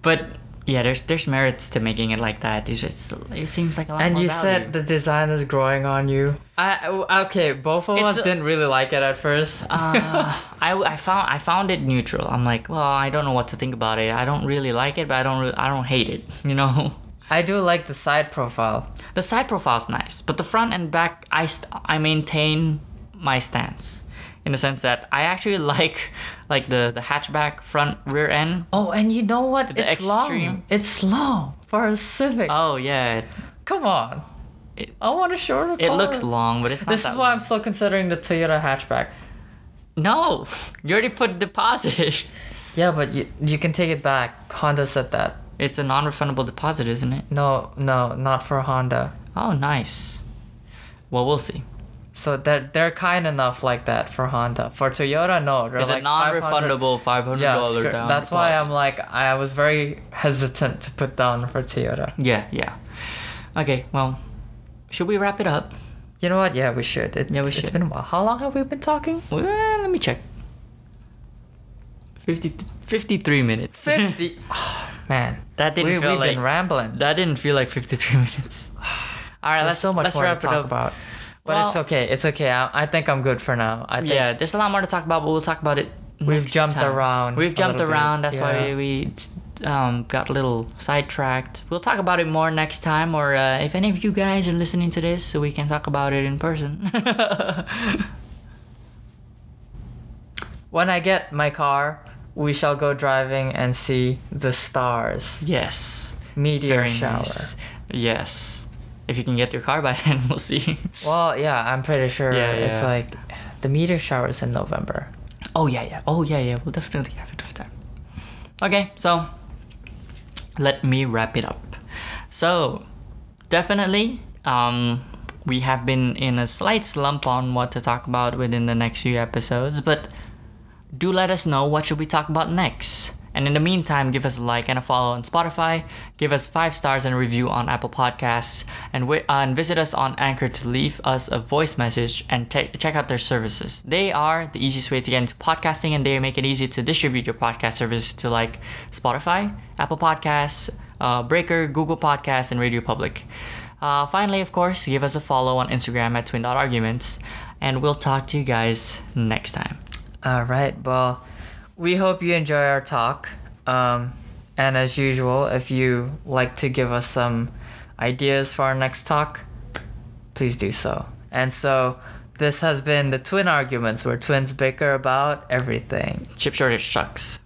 S2: but yeah, there's there's merits to making it like that. It's just it seems like a lot.
S1: And
S2: more
S1: you
S2: value.
S1: said the design is growing on you. I Uh, okay. Both of us
S2: It's a-
S1: didn't really like it at first. Ah.
S2: I, I found I found it neutral. I'm like, well, I don't know what to think about it. I don't really like it, but I don't really, I don't hate it. [laughs] You know.
S1: [laughs] I do like the side profile.
S2: The side profile's nice, but the front and back, I st- I maintain my stance in the sense that I actually [laughs] like like the the hatchback front rear end.
S1: Oh, and you know what?
S2: The
S1: it's
S2: extreme.
S1: long. It's long for a Civic.
S2: Oh yeah, it,
S1: Come on.
S2: It-
S1: I want a shorter
S2: it
S1: car.
S2: looks long, but it's not
S1: Oh. This
S2: that
S1: is why I'm still considering the Toyota hatchback.
S2: No, [laughs] you already put deposit. [laughs]
S1: Yeah, but you, you can take it back. Honda said that.
S2: It's a non-refundable deposit, isn't it?
S1: No, no, not for Honda.
S2: Oh, nice. Well, we'll see.
S1: So they're they're kind enough like that for Honda. For Toyota, no, they're
S2: It's
S1: like
S2: a non-refundable five hundred
S1: Yeah,
S2: dollar
S1: screw-
S2: down.
S1: that's why
S2: deposit.
S1: I'm like I was very hesitant to put down for Toyota.
S2: Yeah, yeah. Okay, well, should we wrap it up?
S1: You know what? Yeah, we should. It,
S2: Yeah, we
S1: It's
S2: should.
S1: been a while. How long have we been
S2: [laughs]
S1: talking?
S2: Well, eh, let me check. 50, 53 [laughs] minutes.
S1: Fifty. Oh, man,
S2: That didn't
S1: we,
S2: feel
S1: we've
S2: like
S1: been rambling.
S2: that didn't feel like 53 [laughs] minutes. All right,
S1: There's
S2: let's
S1: so much
S2: let's
S1: more to
S2: wrap it
S1: talk
S2: up.
S1: about. But it's
S2: Well-
S1: okay. It's okay. I, I think I'm good for now. I think
S2: Yeah, there's a lot more to talk about, but we'll talk about it.
S1: We've
S2: next
S1: jumped
S2: time.
S1: around
S2: We've
S1: a
S2: jumped
S1: little bit,
S2: around. That's why
S1: yeah.
S2: we, we um, got a little sidetracked. We'll talk about it more next time, or uh, if any of you guys are listening to this, so we can talk about it in person. [laughs]
S1: [laughs] when I get my car, we shall go driving and see the stars.
S2: yes.
S1: Meteor
S2: Very
S1: shower.
S2: nice. Yes. If you can get your car by then, [laughs] we'll see.
S1: Well, yeah, I'm pretty sure
S2: Yeah,
S1: it's
S2: yeah.
S1: like the meteor shower is in November.
S2: Oh yeah, yeah. Oh yeah, yeah. We'll definitely have it of time. Okay, so let me wrap it up. So definitely, um, we have been in a slight slump on what to talk about within the next few episodes, but do let us know what should we talk about next. And in the meantime, give us a like and a follow on Spotify. Give us five stars and a review on Apple Podcasts, and, wi- uh, and visit us on Anchor to leave us a voice message and te- check out their services. They are the easiest way to get into podcasting, and they make it easy to distribute your podcast service to like Spotify, Apple Podcasts, uh, Breaker, Google Podcasts, and Radio Public. Uh, finally, of course, give us a follow on Instagram at twin.arguments, and we'll talk to you guys next time.
S1: All right. Well, we hope you enjoy our talk. Um, and as usual, if you like to give us some ideas for our next talk, please do so. And so, this has been the twin arguments where twins bicker about everything.
S2: Chip shortage sucks.